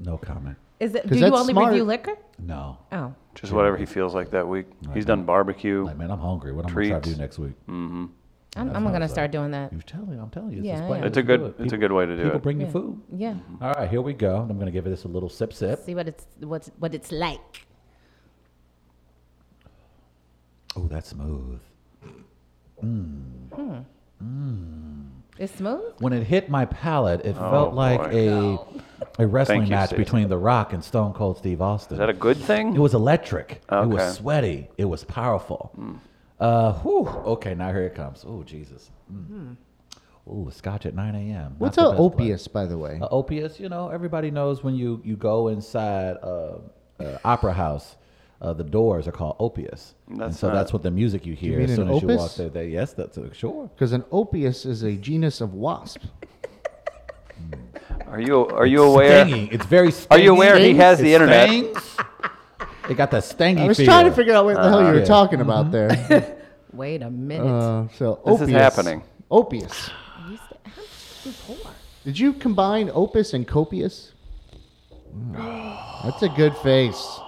no comment.
Is it,
'Cause
do you
that's
only
smart.
review liquor?
No.
Oh.
Just whatever he feels like that week. He's done barbecue.
Like, man, I'm hungry. What am I gonna try to do
Treats.
next week?
I'm,
That
I'm
sounds
gonna
like-
start doing that.
You tell me. I'm telling you.
Yeah,
this
I
place
am.
It's a
is
good- it's a good way to do
people
it.
bring you
Yeah.
food.
Yeah.
All right, here we go. I'm going to give this a little sip, sip.
See what it's what's what it's like.
Oh, that's smooth.
It's smooth.
When it hit my palate, it
Oh,
felt like
boy.
a a wrestling
Thank you,
match
Sid.
between The Rock and Stone Cold Steve Austin.
Is that a good thing?
it was electric. It
Okay. Mm.
was sweaty. It was powerful. Uh, whew. Okay, now here it comes. Oh, Jesus.
Hmm.
Oh, scotch at 9 a.m.
What's
Not
a
the best place.
opius, by the way?
Uh, opiates, you know, everybody knows when you, you go inside uh, uh, opera house, uh, the doors are called opiates. and
That's
so
not-
that's what the music you hear
mean
as
an
soon as you walk
opus?
through there. Yes, that's a, sure.
Because an opius is a genus of wasp.
Are you are you aware?
Stinging. It's
(laughs)
very
Are
stingy.
you aware he has
It
the internet?
stings. (laughs) it got that stangy
(laughs) I was trying to
feel.
figure out what the hell you were
Yeah.
talking about there.
Wait a minute.
(laughs) Uh, so
This is
opius.
happening.
Opius.
Uh,
You st- how much you pour?
Did you combine opus and copious?
(gasps)
That's a good face.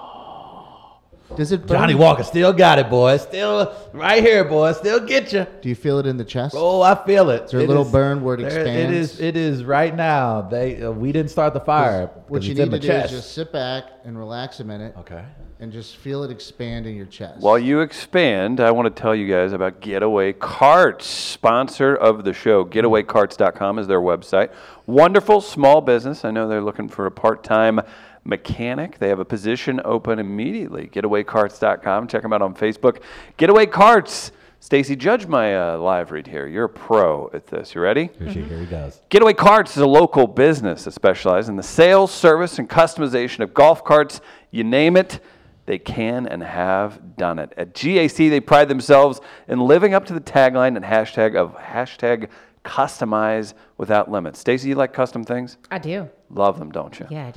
Does it burn?
Johnny Walker still got it, boy. Still right here, boy. Still get you.
Do you feel it in the chest?
Oh, I feel it. It's
there a little burn where it
It
expands?
is. It is right now. They uh, we didn't start the fire. 'cause
What you
it's in
need
my
to do
chest.
is just sit back and relax a minute
okay.
and just feel it expand in your chest.
While you expand, I want to tell you guys about Getaway Carts, sponsor of the show. GetawayCarts.com is their website. Wonderful small business. I know they're looking for a part time mechanic. They have a position open immediately. GetawayCarts.com. Check them out on Facebook. Getaway Carts. Stacy, judge my uh, live read here. You're a pro at this. You ready?
Here, she, here he goes.
Getaway Carts is a local business that specializes in the sales, service, and customization of golf carts. You name it, they can and have done it. At GAC, they pride themselves in living up to the tagline and hashtag of hashtag customize without limits. Stacy, you like custom things?
I do.
Love them, don't you? Mm-hmm.
Yeah, I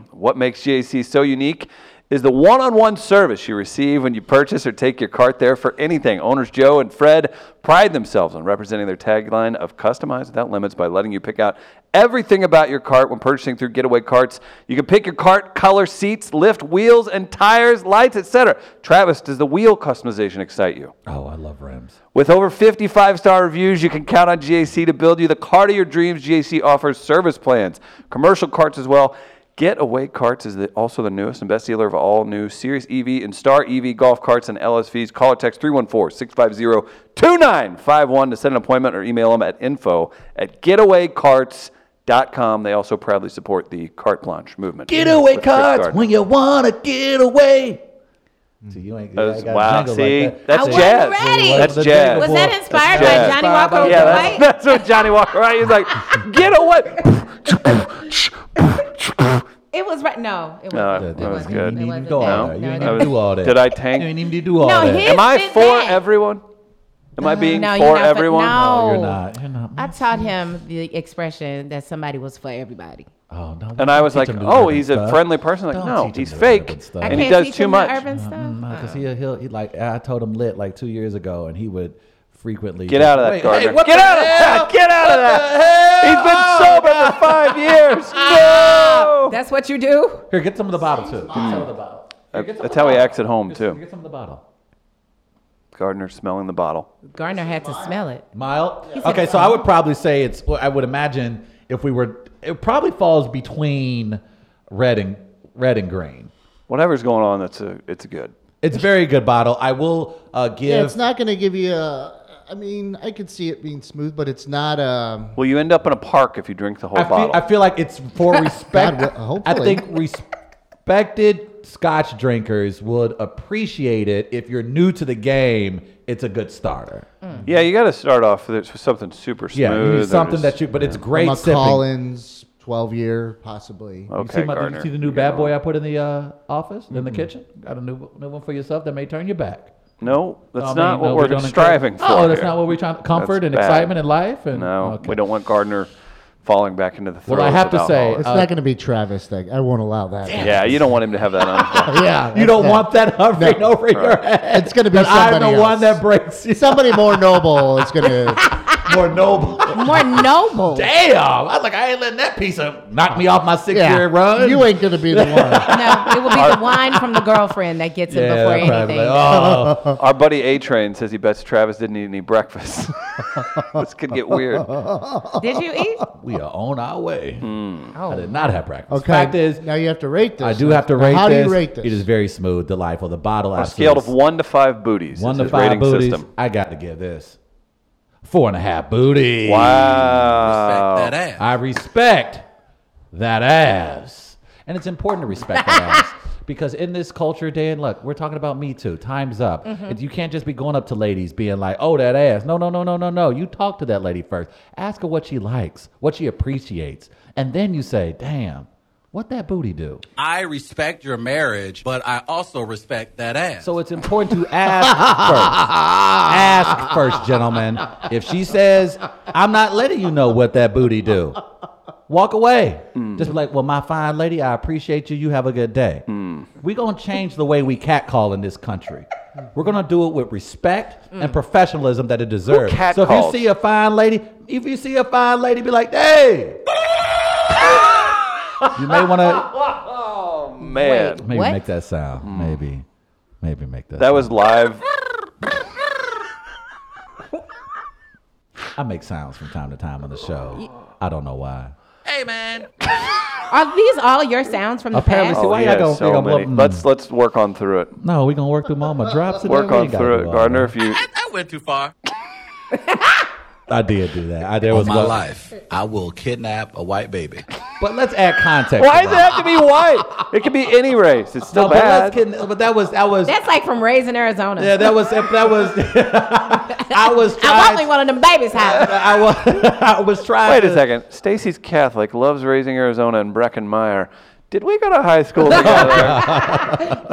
do.
What makes GAC so unique is the one-on-one service you receive when you purchase or take your cart there for anything. Owners Joe and Fred pride themselves on representing their tagline of customize without limits by letting you pick out everything about your cart when purchasing through getaway carts. You can pick your cart color, seats, lift, wheels and tires, lights, etc. Travis, does the wheel customization excite you?
Oh, I love rims.
With over 55 star reviews, you can count on GAC to build you the cart of your dreams. GAC offers service plans, commercial carts as well. Getaway Carts is the, also the newest and best dealer of all new Series EV and Star EV golf carts and LSVs. Call or text 314 650 2951 to set an appointment or email them at info at getawaycarts.com. They also proudly support the carte blanche movement.
Getaway
With Chris
cards
Gardner.
when you wanna get away.
Hmm.
See, you ain't, you
That's-
ain't gotta
wow,
jingle
see?
like that.
That's
I wasn't
jazz.
ready.
That's
The
jazz.
jingle
Was that
ball.
inspired
That's
by
jazz.
Johnny
Bye,
Walker
bye,
Yeah,
bye.
White?
that's, that's what Johnny Walker, right? He's like, get away.
It was right. No, it wasn't.
No, that
it
was good.
wasn't.
That was good.
It
You didn't even
wasn't
go
that.
all
No,
that.
it
You didn't
didn't.
even
was-
do all that.
did I tank?
You didn't even do all
No,
that.
his-
Am I
(laughs) It's
for
been that.
everyone? Am I being
No, you're
for
not for-
everyone?
no.
You're not. You're not.
I taught him the expression that somebody was for everybody.
Oh, no,
And
you
I
don't
was
teach
like,
him to do
oh,
urban
he's a
stuff.
friendly person. Like,
Don't
no,
teach him
he's
to do urban
fake.
stuff.
I
And he
can't
does
teach
too
him the
much.
Mm, Uh,
Urban stuff. Oh.
Because he'll, he'll, he like, I told him lit like two years ago, and he would frequently
Get
just-
out of that,
Wait,
Gardner.
hey, what
Get
the
out of
hell?
that. (laughs) Get out of
(laughs)
that. He's been sober for five years. No.
That's what you do.
Here, get some of the bottle too. Get some of the bottle. Here, get some
That's
of the
how he
bottle.
acts at home,
Get some-
too.
Get some of the bottle.
Gardner smelling the bottle.
Gardner had to smell it.
Mild. Okay, so I would probably say it's. Well, I would imagine if we were, it probably falls between red and red and green.
Whatever's going on, that's a, it's good.
It's a very good bottle. I will uh, give.
Yeah, it's not going to give you a. I mean, I could see it being smooth, but it's not. Um,
Well, you end up in a park if you drink the whole
I feel,
bottle.
I feel like it's
(laughs)
for respect.
God, well,
I think
hopefully.
respected Scotch drinkers would appreciate it. If you're new to the game, it's a good starter.
Mm.
yeah, you got to start off with something super smooth.
Yeah, you need something
There's-
that you. But it's great sipping. Oh,
McCollins, twelve year, possibly.
Okay,
You see, my, did
Gardner.
you see the new bad boy I put in the uh, office in
Mm-hmm.
the kitchen? Got a new new one for yourself that may turn you back.
No, that's
I mean,
not
Oh, no,
what we're
don't
striving
encourage-
for.
Oh, that's
here.
not what we're trying. Comfort
That's
and
bad.
excitement in life. And
No,
okay.
we don't want Gardner falling back into the throes.
Well, I have
of
to say-
alcoholism.
It's
Uh,
not going to be Travis thing. I won't allow that.
yeah, you don't want him to have that
(laughs)
on.
yeah.
You don't want that hovering over your head.
It's gonna be
But I'm
somebody
the one
else.
that breaks you.
somebody more noble. It's going to.
(laughs) more noble. (laughs)
More noble.
Damn! I was like, I ain't letting that piece of knock me off my six year
Yeah,
run.
you ain't going to be
(laughs)
the one.
No, it will be the wine from the girlfriend that gets him
yeah,
before
that's probably
anything.
like, oh.
Our buddy A Train says he bets Travis didn't eat any
(laughs)
breakfast. this could get weird.
oh.
Did you eat?
we are on our way.
Hmm.
I
Oh,
did not have breakfast.
Okay.
Fact is,
now you have to rate this.
I do have to
Now,
rate
how
this.
do you rate this?
It is very smooth, delightful. The bottle
On
I
a scale of one to five booties.
one
is
to
his
five
rating
booties.
system.
I got to give this four and a half booties.
Ah, Wow.
I respect that ass. And it's important to respect that ass. Because in this culture, Dan, look, we're talking about Me Too. Time's up. You can't just be going up to ladies being like, oh, that ass. No, no, no, no, no, no. You talk to that lady first. Ask her what she likes, what she appreciates. And then you say, damn, what that booty do?
I respect your marriage, but I also respect that ass.
So it's important to ask
(laughs)
first. ask first, gentlemen. If she says, I'm not letting you know what that booty do, walk away. Just be like, well, my fine lady, I appreciate you. You have a good day. We're going to change the way we catcall in this country. We're going to do it with respect and professionalism that it deserves. So if you
catcalls?
see a fine lady, if you see a fine lady, be like, hey. you may want to
Man,
maybe
What?
make that sound. Maybe. Maybe make that.
that was live.
I make sounds from time to time on the show. I don't know why.
hey, man.
are these all your sounds from the
Apparently
past?
so.
Oh,
why
he
y'all
has
gonna- they
so
gonna blow-
many.
Mm.
Let's let's work on through it.
No, we're gonna work through Mama drops. today.
Work
We
on
ain't gotta
through
do
it,
all
Gardner.
that.
If you
I, I went too far.
I did do that. I there
On
was
my
one-
life, I will kidnap a white baby.
But let's add context.
why
to
does it have to be white? It could be any race. It's still
No, but,
bad.
let's kid- but that was that was
That's like from Raising Arizona.
yeah that was if that was (laughs) I was
I
trying.
want me one of them
(laughs)
babies' house.
I was (laughs) I was trying.
Wait
to-
a second. Stacy's Catholic, loves raising Arizona and Breckenmeyer. Did we go to high school
(laughs)
together?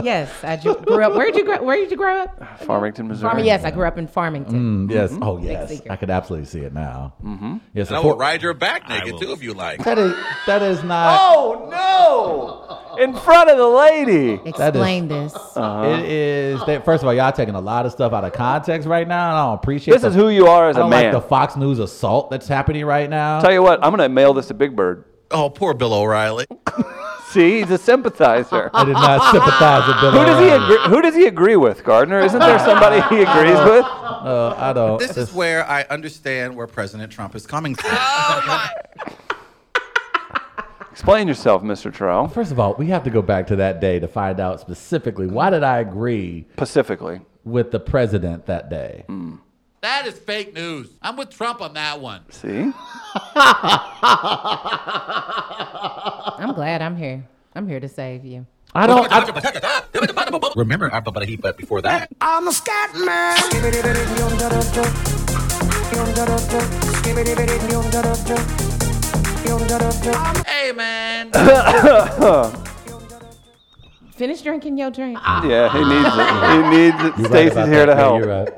Yes, I ju- grew up. Where did you grow? Where did you grow up?
Farmington, Missouri.
Farming. Yes, I grew up in Farmington.
Mm,
Mm-hmm.
Yes. Oh, yes.
secret.
I could absolutely see it now. Mm-hmm. Yes.
And I
the
will
four-
ride your back naked too if you like.
That is that is not.
Oh no! In front of the lady.
Explain this.
Uh, Oh!
It is. That, first of all, y'all taking a lot of stuff out of context right now, and I don't appreciate.
This
the-
is who you are as
I
a
don't
man.
like the Fox News assault that's happening right now.
Tell you what, I'm gonna mail this to Big Bird.
Oh, poor Bill O'Reilly.
See, he's a sympathizer.
I did not sympathize with Bill.
(laughs) Who does he
O'Reilly.
agree? Who does he agree with, Gardner? Isn't there somebody he agrees with?
Uh, I don't.
This is where I understand where President Trump is coming from.
Explain yourself, Mr. Terrell,
(laughs) First of all, we have to go back to that day to find out specifically why did I agree
specifically.
with the president that day.
Hmm.
That is fake news. I'm with Trump on that one.
See,
I'm glad I'm here. I'm here to save you.
I don't. I,
Remember, I- but he- but before that,
I'm a scat man.
Hey, man.
Finish drinking your drink.
yeah, he (laughs) needs it. He needs it.
You're right
Stacy's
about
here
that.
to
Yeah,
help.
You're right.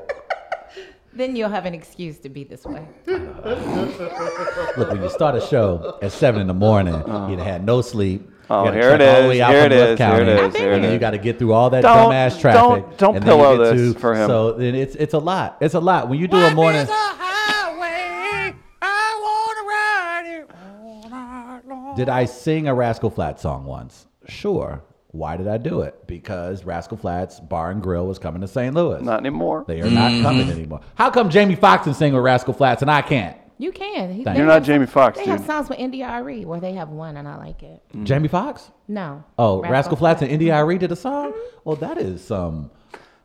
Then you'll have an excuse to be this way.
Look, when you start a show at seven in the morning, you'd have had no sleep.
Uh-huh. Oh,
you gotta
here it
trek all the
is,
way out
here
from
it
North
is, here it
County,
is,
I've been here it
And then
is.
you got to get through all that
Don't-
dumbass
don't-
traffic.
don't
and then you
pillow
get
this
to-
for him.
So then it's it's a lot. It's a lot when you do a morning. Did I sing a Rascal Flatts song once? Sure. Why did I do it? Because Rascal Flats Bar and Grill was coming to St. Louis.
Not Mm-hmm. anymore.
They are not coming anymore. How come Jamie Foxx can sing with Rascal Flats and I can't?
You can. He-
Thank
they
you.
You're not
have-
Jamie Foxx,
They
dude.
have songs with NDRE where they have one, and I like it.
Mm.
Jamie Foxx?
No.
Oh, Rascal, Flats and
Flatts.
NDIRE did a song?
Mm-hmm.
Well, that is some.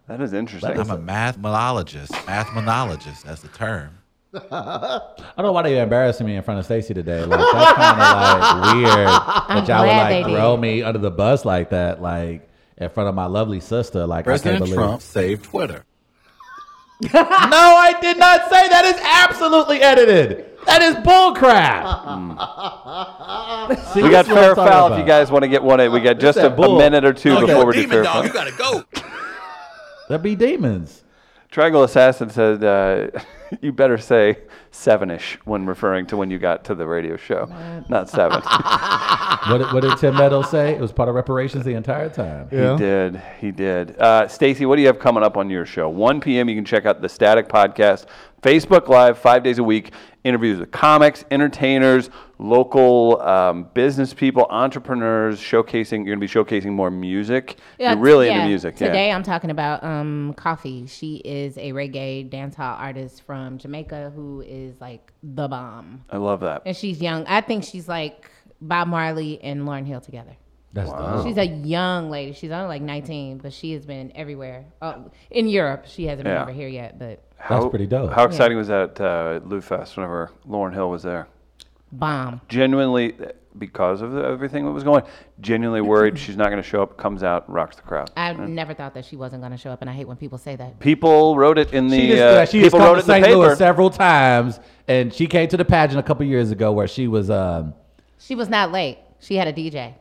That is interesting.
I'm a mathemologist. Mathemologist, that's the term.
I don't know why they embarrassing me in front of Stacey today. Like that's kind of
(laughs)
like weird that y'all
glad
would like
they did.
throw me under the bus like that, like in front of my lovely sister. Like I
President
can't believe.
Trump saved Twitter.
(laughs) No, I did not say that. Is absolutely edited. That is bullcrap. See,
we got
this is what I'm
fair
talking
foul if
about.
you guys want to get one in. We got just a,
that bull.
a minute or two
Oh,
before
you're a
we do
demon
fair
dog.
foul.
You
(laughs)
gotta go.
There be demons.
Triangle Assassin said, uh, (laughs) "You better say seven-ish when referring to when you got to the radio show, not
(laughs)
seven.
What did, what did Tim Meadows say? It was part of reparations the entire time.
He did. He did. Uh, Stacy, what do you have coming up on your show? 1 p.m. You can check out the Static Podcast, Facebook Live, five days a week. Interviews with comics, entertainers, local um, business people, entrepreneurs, showcasing. You're going to be showcasing more music. you're really into music. yeah.
Today I'm talking about um, Coffee. She is a reggae dancehall artist from Jamaica who is like the bomb.
I love that.
And she's young. I think she's like Bob Marley and Lauren Hill together.
That's dope.
She's a young lady. She's only like 19, but she has been everywhere. Oh, in Europe, she hasn't
Yeah.
been over here yet, but
How-
pretty dope.
How exciting was that uh, Lou Fest whenever Lauren Hill was there?
bomb.
Genuinely, uh, because of everything that was going, genuinely worried she's not going to show up. Comes out, rocks the crowd.
I never thought that she wasn't going to show up, and I hate when people say that.
People wrote it in the.
She just,
uh,
she just
people
come
wrote
to
it in
St.
the paper.
(laughs) Louis several times, and she came to the pageant a couple years ago where she was. Um,
She was not late. She had a DJ.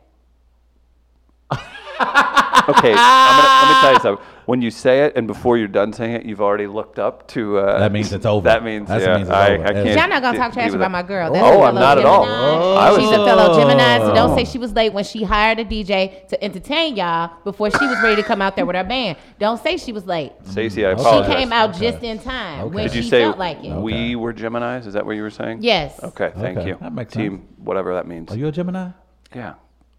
Okay, I'm gonna, let me tell you something. When you say it and before you're done saying it, you've already looked up to. Uh,
That means it's over.
That means,
That's-
yeah,
means it's
I,
over.
I
That's-
can't.
Y'all not gonna
d-
talk
deal
trash
with
about
it.
my girl. That's
Oh,
a
I'm
fellow
not at all.
Gemini.
I was- Oh.
She's a fellow Gemini, so don't say she was late when she hired a DJ to entertain y'all before she was ready to come out there with her band. Don't say she was late.
Stacey, I
She
She
apologize.
came out just in time
Okay.
when
Did you
she
say
felt like it.
we were Geminis? Is that what you were saying?
Yes.
Okay, thank
Okay,
you.
that makes
Team,
sense.
whatever that means.
are you a Gemini?
yeah,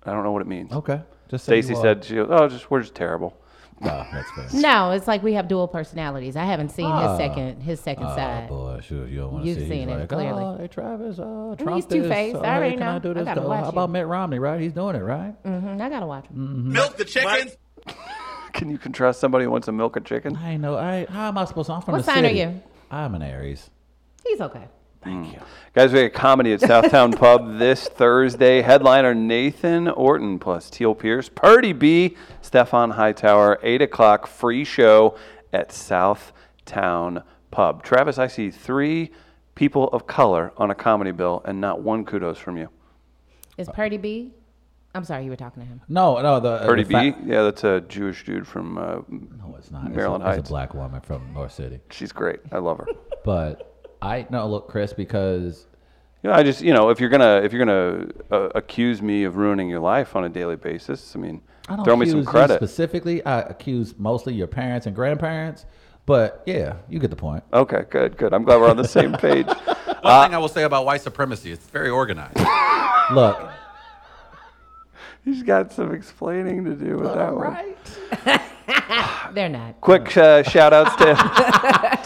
I don't know what it means.
Okay. Just say
Stacy
you are.
said, she goes, "Oh, just we're just terrible." (laughs)
No, that's fair.
(laughs) No, it's like we have dual personalities. I haven't seen
Ah.
his second his second side.
Oh, boy, sure, you don't want
You've seen it, clearly.
Oh, hey, Travis, uh, Trump
he's
is,
two-faced.
uh,
I already
can I
know.
do
I
this?
gotta
Uh,
watch
How about
it.
Mitt Romney, right? He's doing it, right?
Mhm, I gotta watch him.
Milk the chickens.
Can you contrast somebody who wants to milk a chicken?
I know. I, how am I supposed to? I'm from
What
the
sign are
city.
you?
I'm an Aries.
He's okay.
Guys, we got comedy at
(laughs)
Southtown Pub this Thursday. Headliner Nathan Orton plus Teal Pierce, Purdy B, Stefan Hightower, 8 o'clock, free show at Southtown Pub. Travis, I see three people of color on a comedy bill and not one kudos from you.
Is Purdy B I'm sorry, you were talking to him.
No, no, the
Purdy
the fa-
B? Yeah, that's a Jewish dude from. Uh,
No, it's not. It's a-
Maryland
it's a,
Heights.
black woman from North City.
she's great. I love her.
But I no look, Chris, because
You know, I just you know if you're gonna if you're gonna uh, accuse me of ruining your life on a daily basis, I mean,
I don't
throw me
accuse
some
you
credit.
specifically. I accuse mostly your parents and grandparents. But yeah, you get the point.
okay, good, good. I'm glad we're on the same page. (laughs)
One thing I will say about white supremacy, it's very organized.
(laughs)
Look,
He's got some explaining to do with that one.
They're not.
Quick uh, shout outs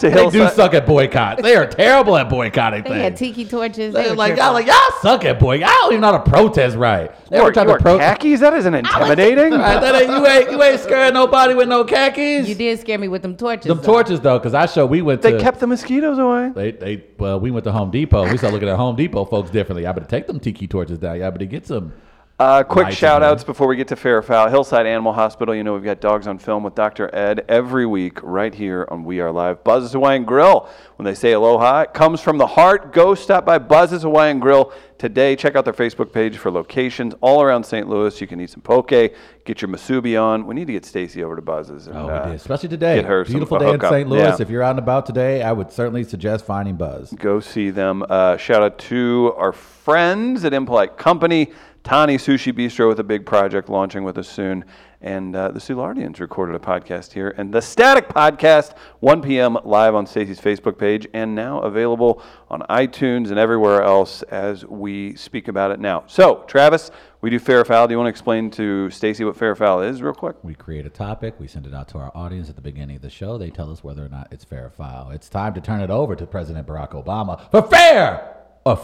to
(laughs)
to
they do
Hillside.
suck at boycott. They are terrible at boycotting
They
things.
had tiki torches. They
They're
were
like
tripping.
y'all, like y'all suck at boy. Y'all don't even know how to protest right.
You
Every
wore-
time
you
to
wore
protest,
khakis? That isn't
(laughs)
intimidating.
that ain't you ain't you ain't scaring nobody with no khakis.
you did scare me with them torches.
Them
though.
torches though, because I show we went
they
to
kept the mosquitoes away.
They, they, well, we went to Home Depot. We started looking at Home Depot folks differently. I better take them tiki torches down. Yeah, I better get some.
Uh, quick
Lights
shout
and
outs before we get to Fair or Foul. Hillside Animal Hospital. You know, we've got dogs on film with Dr. Ed every week right here on We Are Live. Buzz's Hawaiian Grill. When they say aloha, it comes from the heart. Go stop by Buzz's Hawaiian Grill today. Check out their Facebook page for locations all around St. Louis. You can eat some poke, get your masubi on. We need to get Stacy over to Buzz's. And,
Oh,
uh,
we did. Especially today.
get her some
Beautiful
a
day in
hookup.
St. Louis.
Yeah.
If you're out and about today, I would certainly suggest finding Buzz.
go see them. Uh, shout out to our friends at Impolite Company, Tani Sushi Bistro with a big project launching with us soon, and uh, the Sulardians recorded a podcast here, and the Static Podcast, 1 p.m. live on Stacey's Facebook page, and now available on iTunes and everywhere else as we speak about it now. So, Travis, we do fair or foul. Do you want to explain to Stacey what fair or foul is, real quick?
We create a topic. We send it out to our audience at the beginning of the show. They tell us whether or not it's fair or foul. It's time to turn it over to President Barack Obama for fair or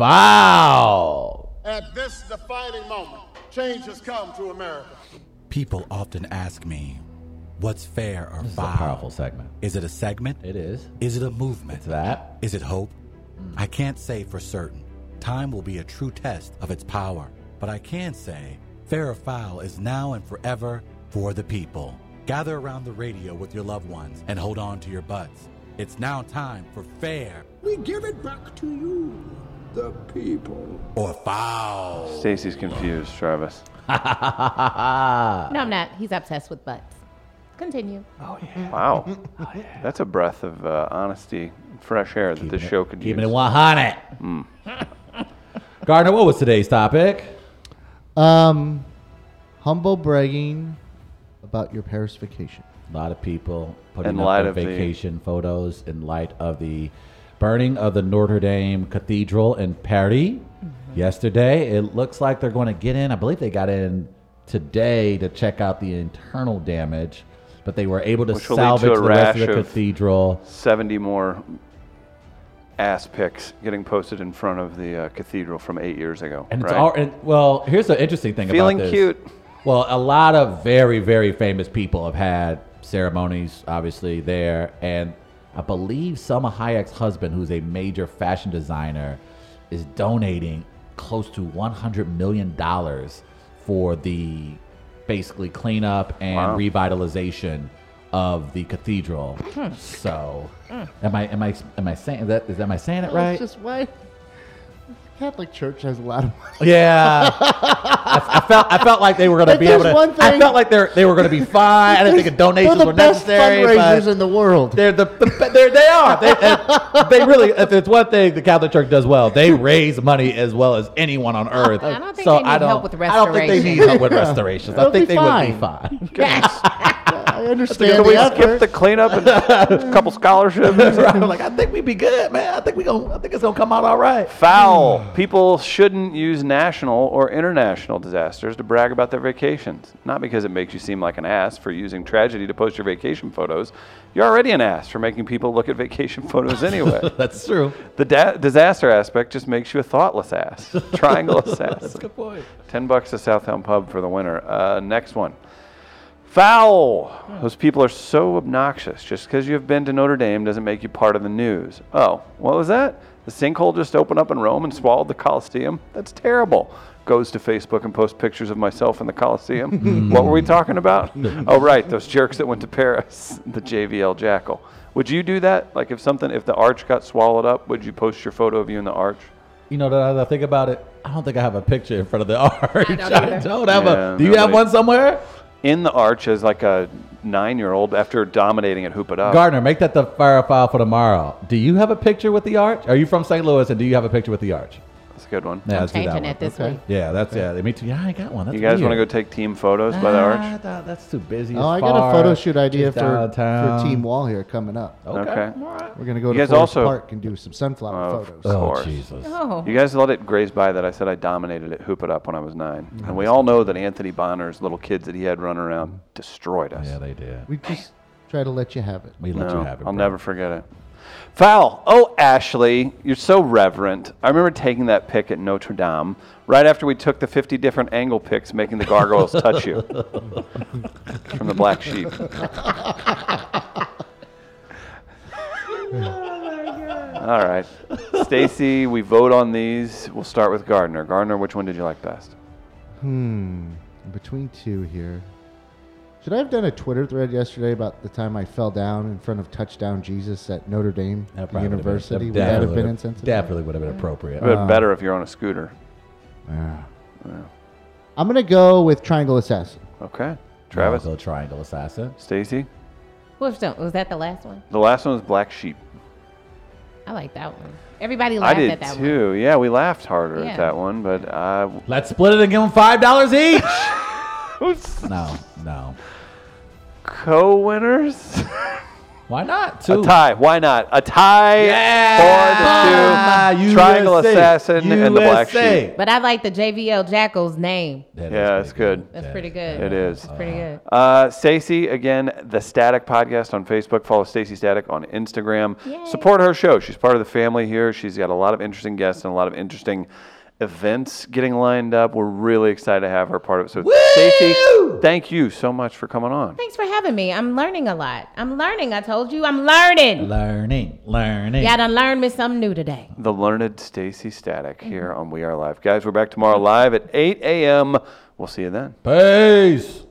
foul.
At this defining moment, change has come to America.
People often ask me, what's fair or
It's a powerful segment.
Is it a segment?
It is.
Is it a movement?
It's that.
Is it hope? I can't say for certain. Time will be a true test of its power. But I can say, fair or foul is now and forever for the people. Gather around the radio with your loved ones and hold on to your butts. It's now time for fair
We give it back to you, the people.
or foul.
Stacey's confused, Travis.
No, I'm not. He's obsessed with butts. Continue.
(laughs)
Wow. That's a breath of uh, honesty, and fresh air that this show could
Oh, Keeping
use.
it 100. Gardner, what was today's topic?
Um, humble bragging about your Paris vacation.
A lot of people putting
In
up
light
their
of the-
vacation photos in light of the burning of the Notre Dame Cathedral in Paris yesterday. It looks like they're going to get in. I believe they got in today to check out the internal damage, but they were able to
Which will lead to
salvage
a
the rest of
rash
the
of-
cathedral.
70 more ass pics getting posted in front of the uh, cathedral from eight years ago.
And it's
right?
all. And, well, here's the interesting thing
Feeling
about this.
cute.
Well, a lot of very, very famous people have had ceremonies, obviously there, and I believe Selma Hayek's husband, who's a major fashion designer, is donating close to 100 million dollars for the basically cleanup and revitalization of the cathedral. so, am I am I am I saying that is am I saying it right?
It's just why (laughs) Catholic Church has a lot of money.
Yeah, I, (laughs) I felt I felt like they were going to
If
be able to.
there's one
I
thing-
felt like they're they were going to be fine. I didn't think donations
They're the
were
best
necessary.
fundraisers
but
in the world.
They're the, the be- they're, they are. They, and they really. If it's one thing the Catholic Church does well, they raise money as well as anyone on earth.
I don't think
so
they need
I don't,
help with
I don't think they need
restoration. (laughs)
help with restorations. I
They'll
think
be
they would be
fine. (laughs)
fine.
I
Can
understand
we
the effort.
skip the cleanup and a couple
(laughs)
scholarships?
I'm like, I think we'd be good, man. I think we going I think it's gonna come out all right.
Foul. People shouldn't use national or international disasters to brag about their vacations. Not because it makes you seem like an ass for using tragedy to post your vacation photos. You're already an ass for making people look at vacation photos
(laughs)
anyway.
That's true.
the da- disaster aspect just makes you a thoughtless
(laughs)
ass. Triangle assassin.
Good point.
10 bucks to Southtown Pub for the winner. Uh, next one. Foul. Those people are so obnoxious. Just because you've been to Notre Dame doesn't make you part of the news. Oh, what was that? The sinkhole just opened up in Rome and swallowed the Colosseum? That's terrible. Goes to Facebook and posts pictures of myself in the Colosseum. what were we talking about? oh, right, those jerks that went to Paris, (laughs) the JVL Jackal. Would you do that? Like if something, if the arch got swallowed up, would you post your photo of you in the arch?
you know, that I think about it, I don't think I have a picture in front of the (laughs) arch. I don't, have
Yeah,
a. Do you have
nobody-
one somewhere?
In the arch as like a nine-year-old after dominating at Hoop It
Uh,
Up.
Gardner, make that the fire file for tomorrow. Do you have a picture with the arch? Are you from St. Louis and do you have a picture with the arch?
That's a good one.
Yeah,
I'm
let's do that
changing
one.
it this
Okay.
week.
Yeah, that's yeah. Me too. Yeah, I got one. That's
You guys want to go
weird.
take team photos by the
Nah,
arch?
nah, that's too busy.
Oh,
It's
I got
far.
a photo shoot idea
Just
for, for
downtown.
Team Wall here coming up.
Okay.
Okay.
all right.
We're gonna go
You
to
guys
Forest
also-
Park and do some sunflower
Oh,
photos.
f-
Oh
Source.
Jesus.
Oh,
You guys let it graze by that I said I dominated at Hoop It Up when I was 9 And we all know that Anthony Bonner's little kids that he had running around destroyed us.
Yeah, they did.
We just try to let you have it.
We let
No,
you have it.
Oh, I'll
bro.
never forget it. Foul. Oh, Ashley, you're so reverent. I remember taking that pick at Notre Dame right after we took the 50 different angle picks, making the gargoyles touch you from the black sheep. (laughs) All right. Stacy, we vote on these. We'll start with Gardner. Gardner, which one did you like best?
Hmm. Between two here. Should I have done a Twitter thread yesterday about the time I fell down in front of touchdown Jesus at Notre Dame
That probably would've been-
University?
that
Would that have
definitely
been
would've-
insensitive?
Definitely would have been
It
appropriate. Uh,
would have been better if you're on a scooter.
Yeah. I'm gonna go with Triangle Assassin.
Okay. Travis,
I'll go triangle assassin.
Stacy,
which one? Was that the last one?
the last one was black sheep.
I like that one. Everybody
I
laughed
did
at that one.
too. Yeah, we laughed harder
Yeah.
at that one, but uh, I
Let's split it and give them five
(laughs)
dollars each. no, no.
co-winners.
Why not? Two.
a tie. Why not? A tie
Oh Yeah!
for the two
USA.
Triangle Assassin and the Black
USA.
Sheep.
But I like the JVL Jackal's name.
That
Yeah,
is
it's
pretty
good.
That's
That
pretty
is
good.
It is.
That's pretty good.
Uh, Stacy again, the Static Podcast on Facebook. Follow Stacy Static on Instagram. Support her show. She's part of the family here. She's got a lot of interesting guests and a lot of interesting events getting lined up. We're really excited to have her part of it. So, Stacy, thank you so much for coming on.
Thanks for having me. I'm learning a lot. I'm learning. I told you, I'm learning.
Learning, learning.
Yeah, I done learned me something new today.
the learned Stacy Static here on We Are Live. Guys, we're back tomorrow live at 8 a.m. We'll see you then.
Peace.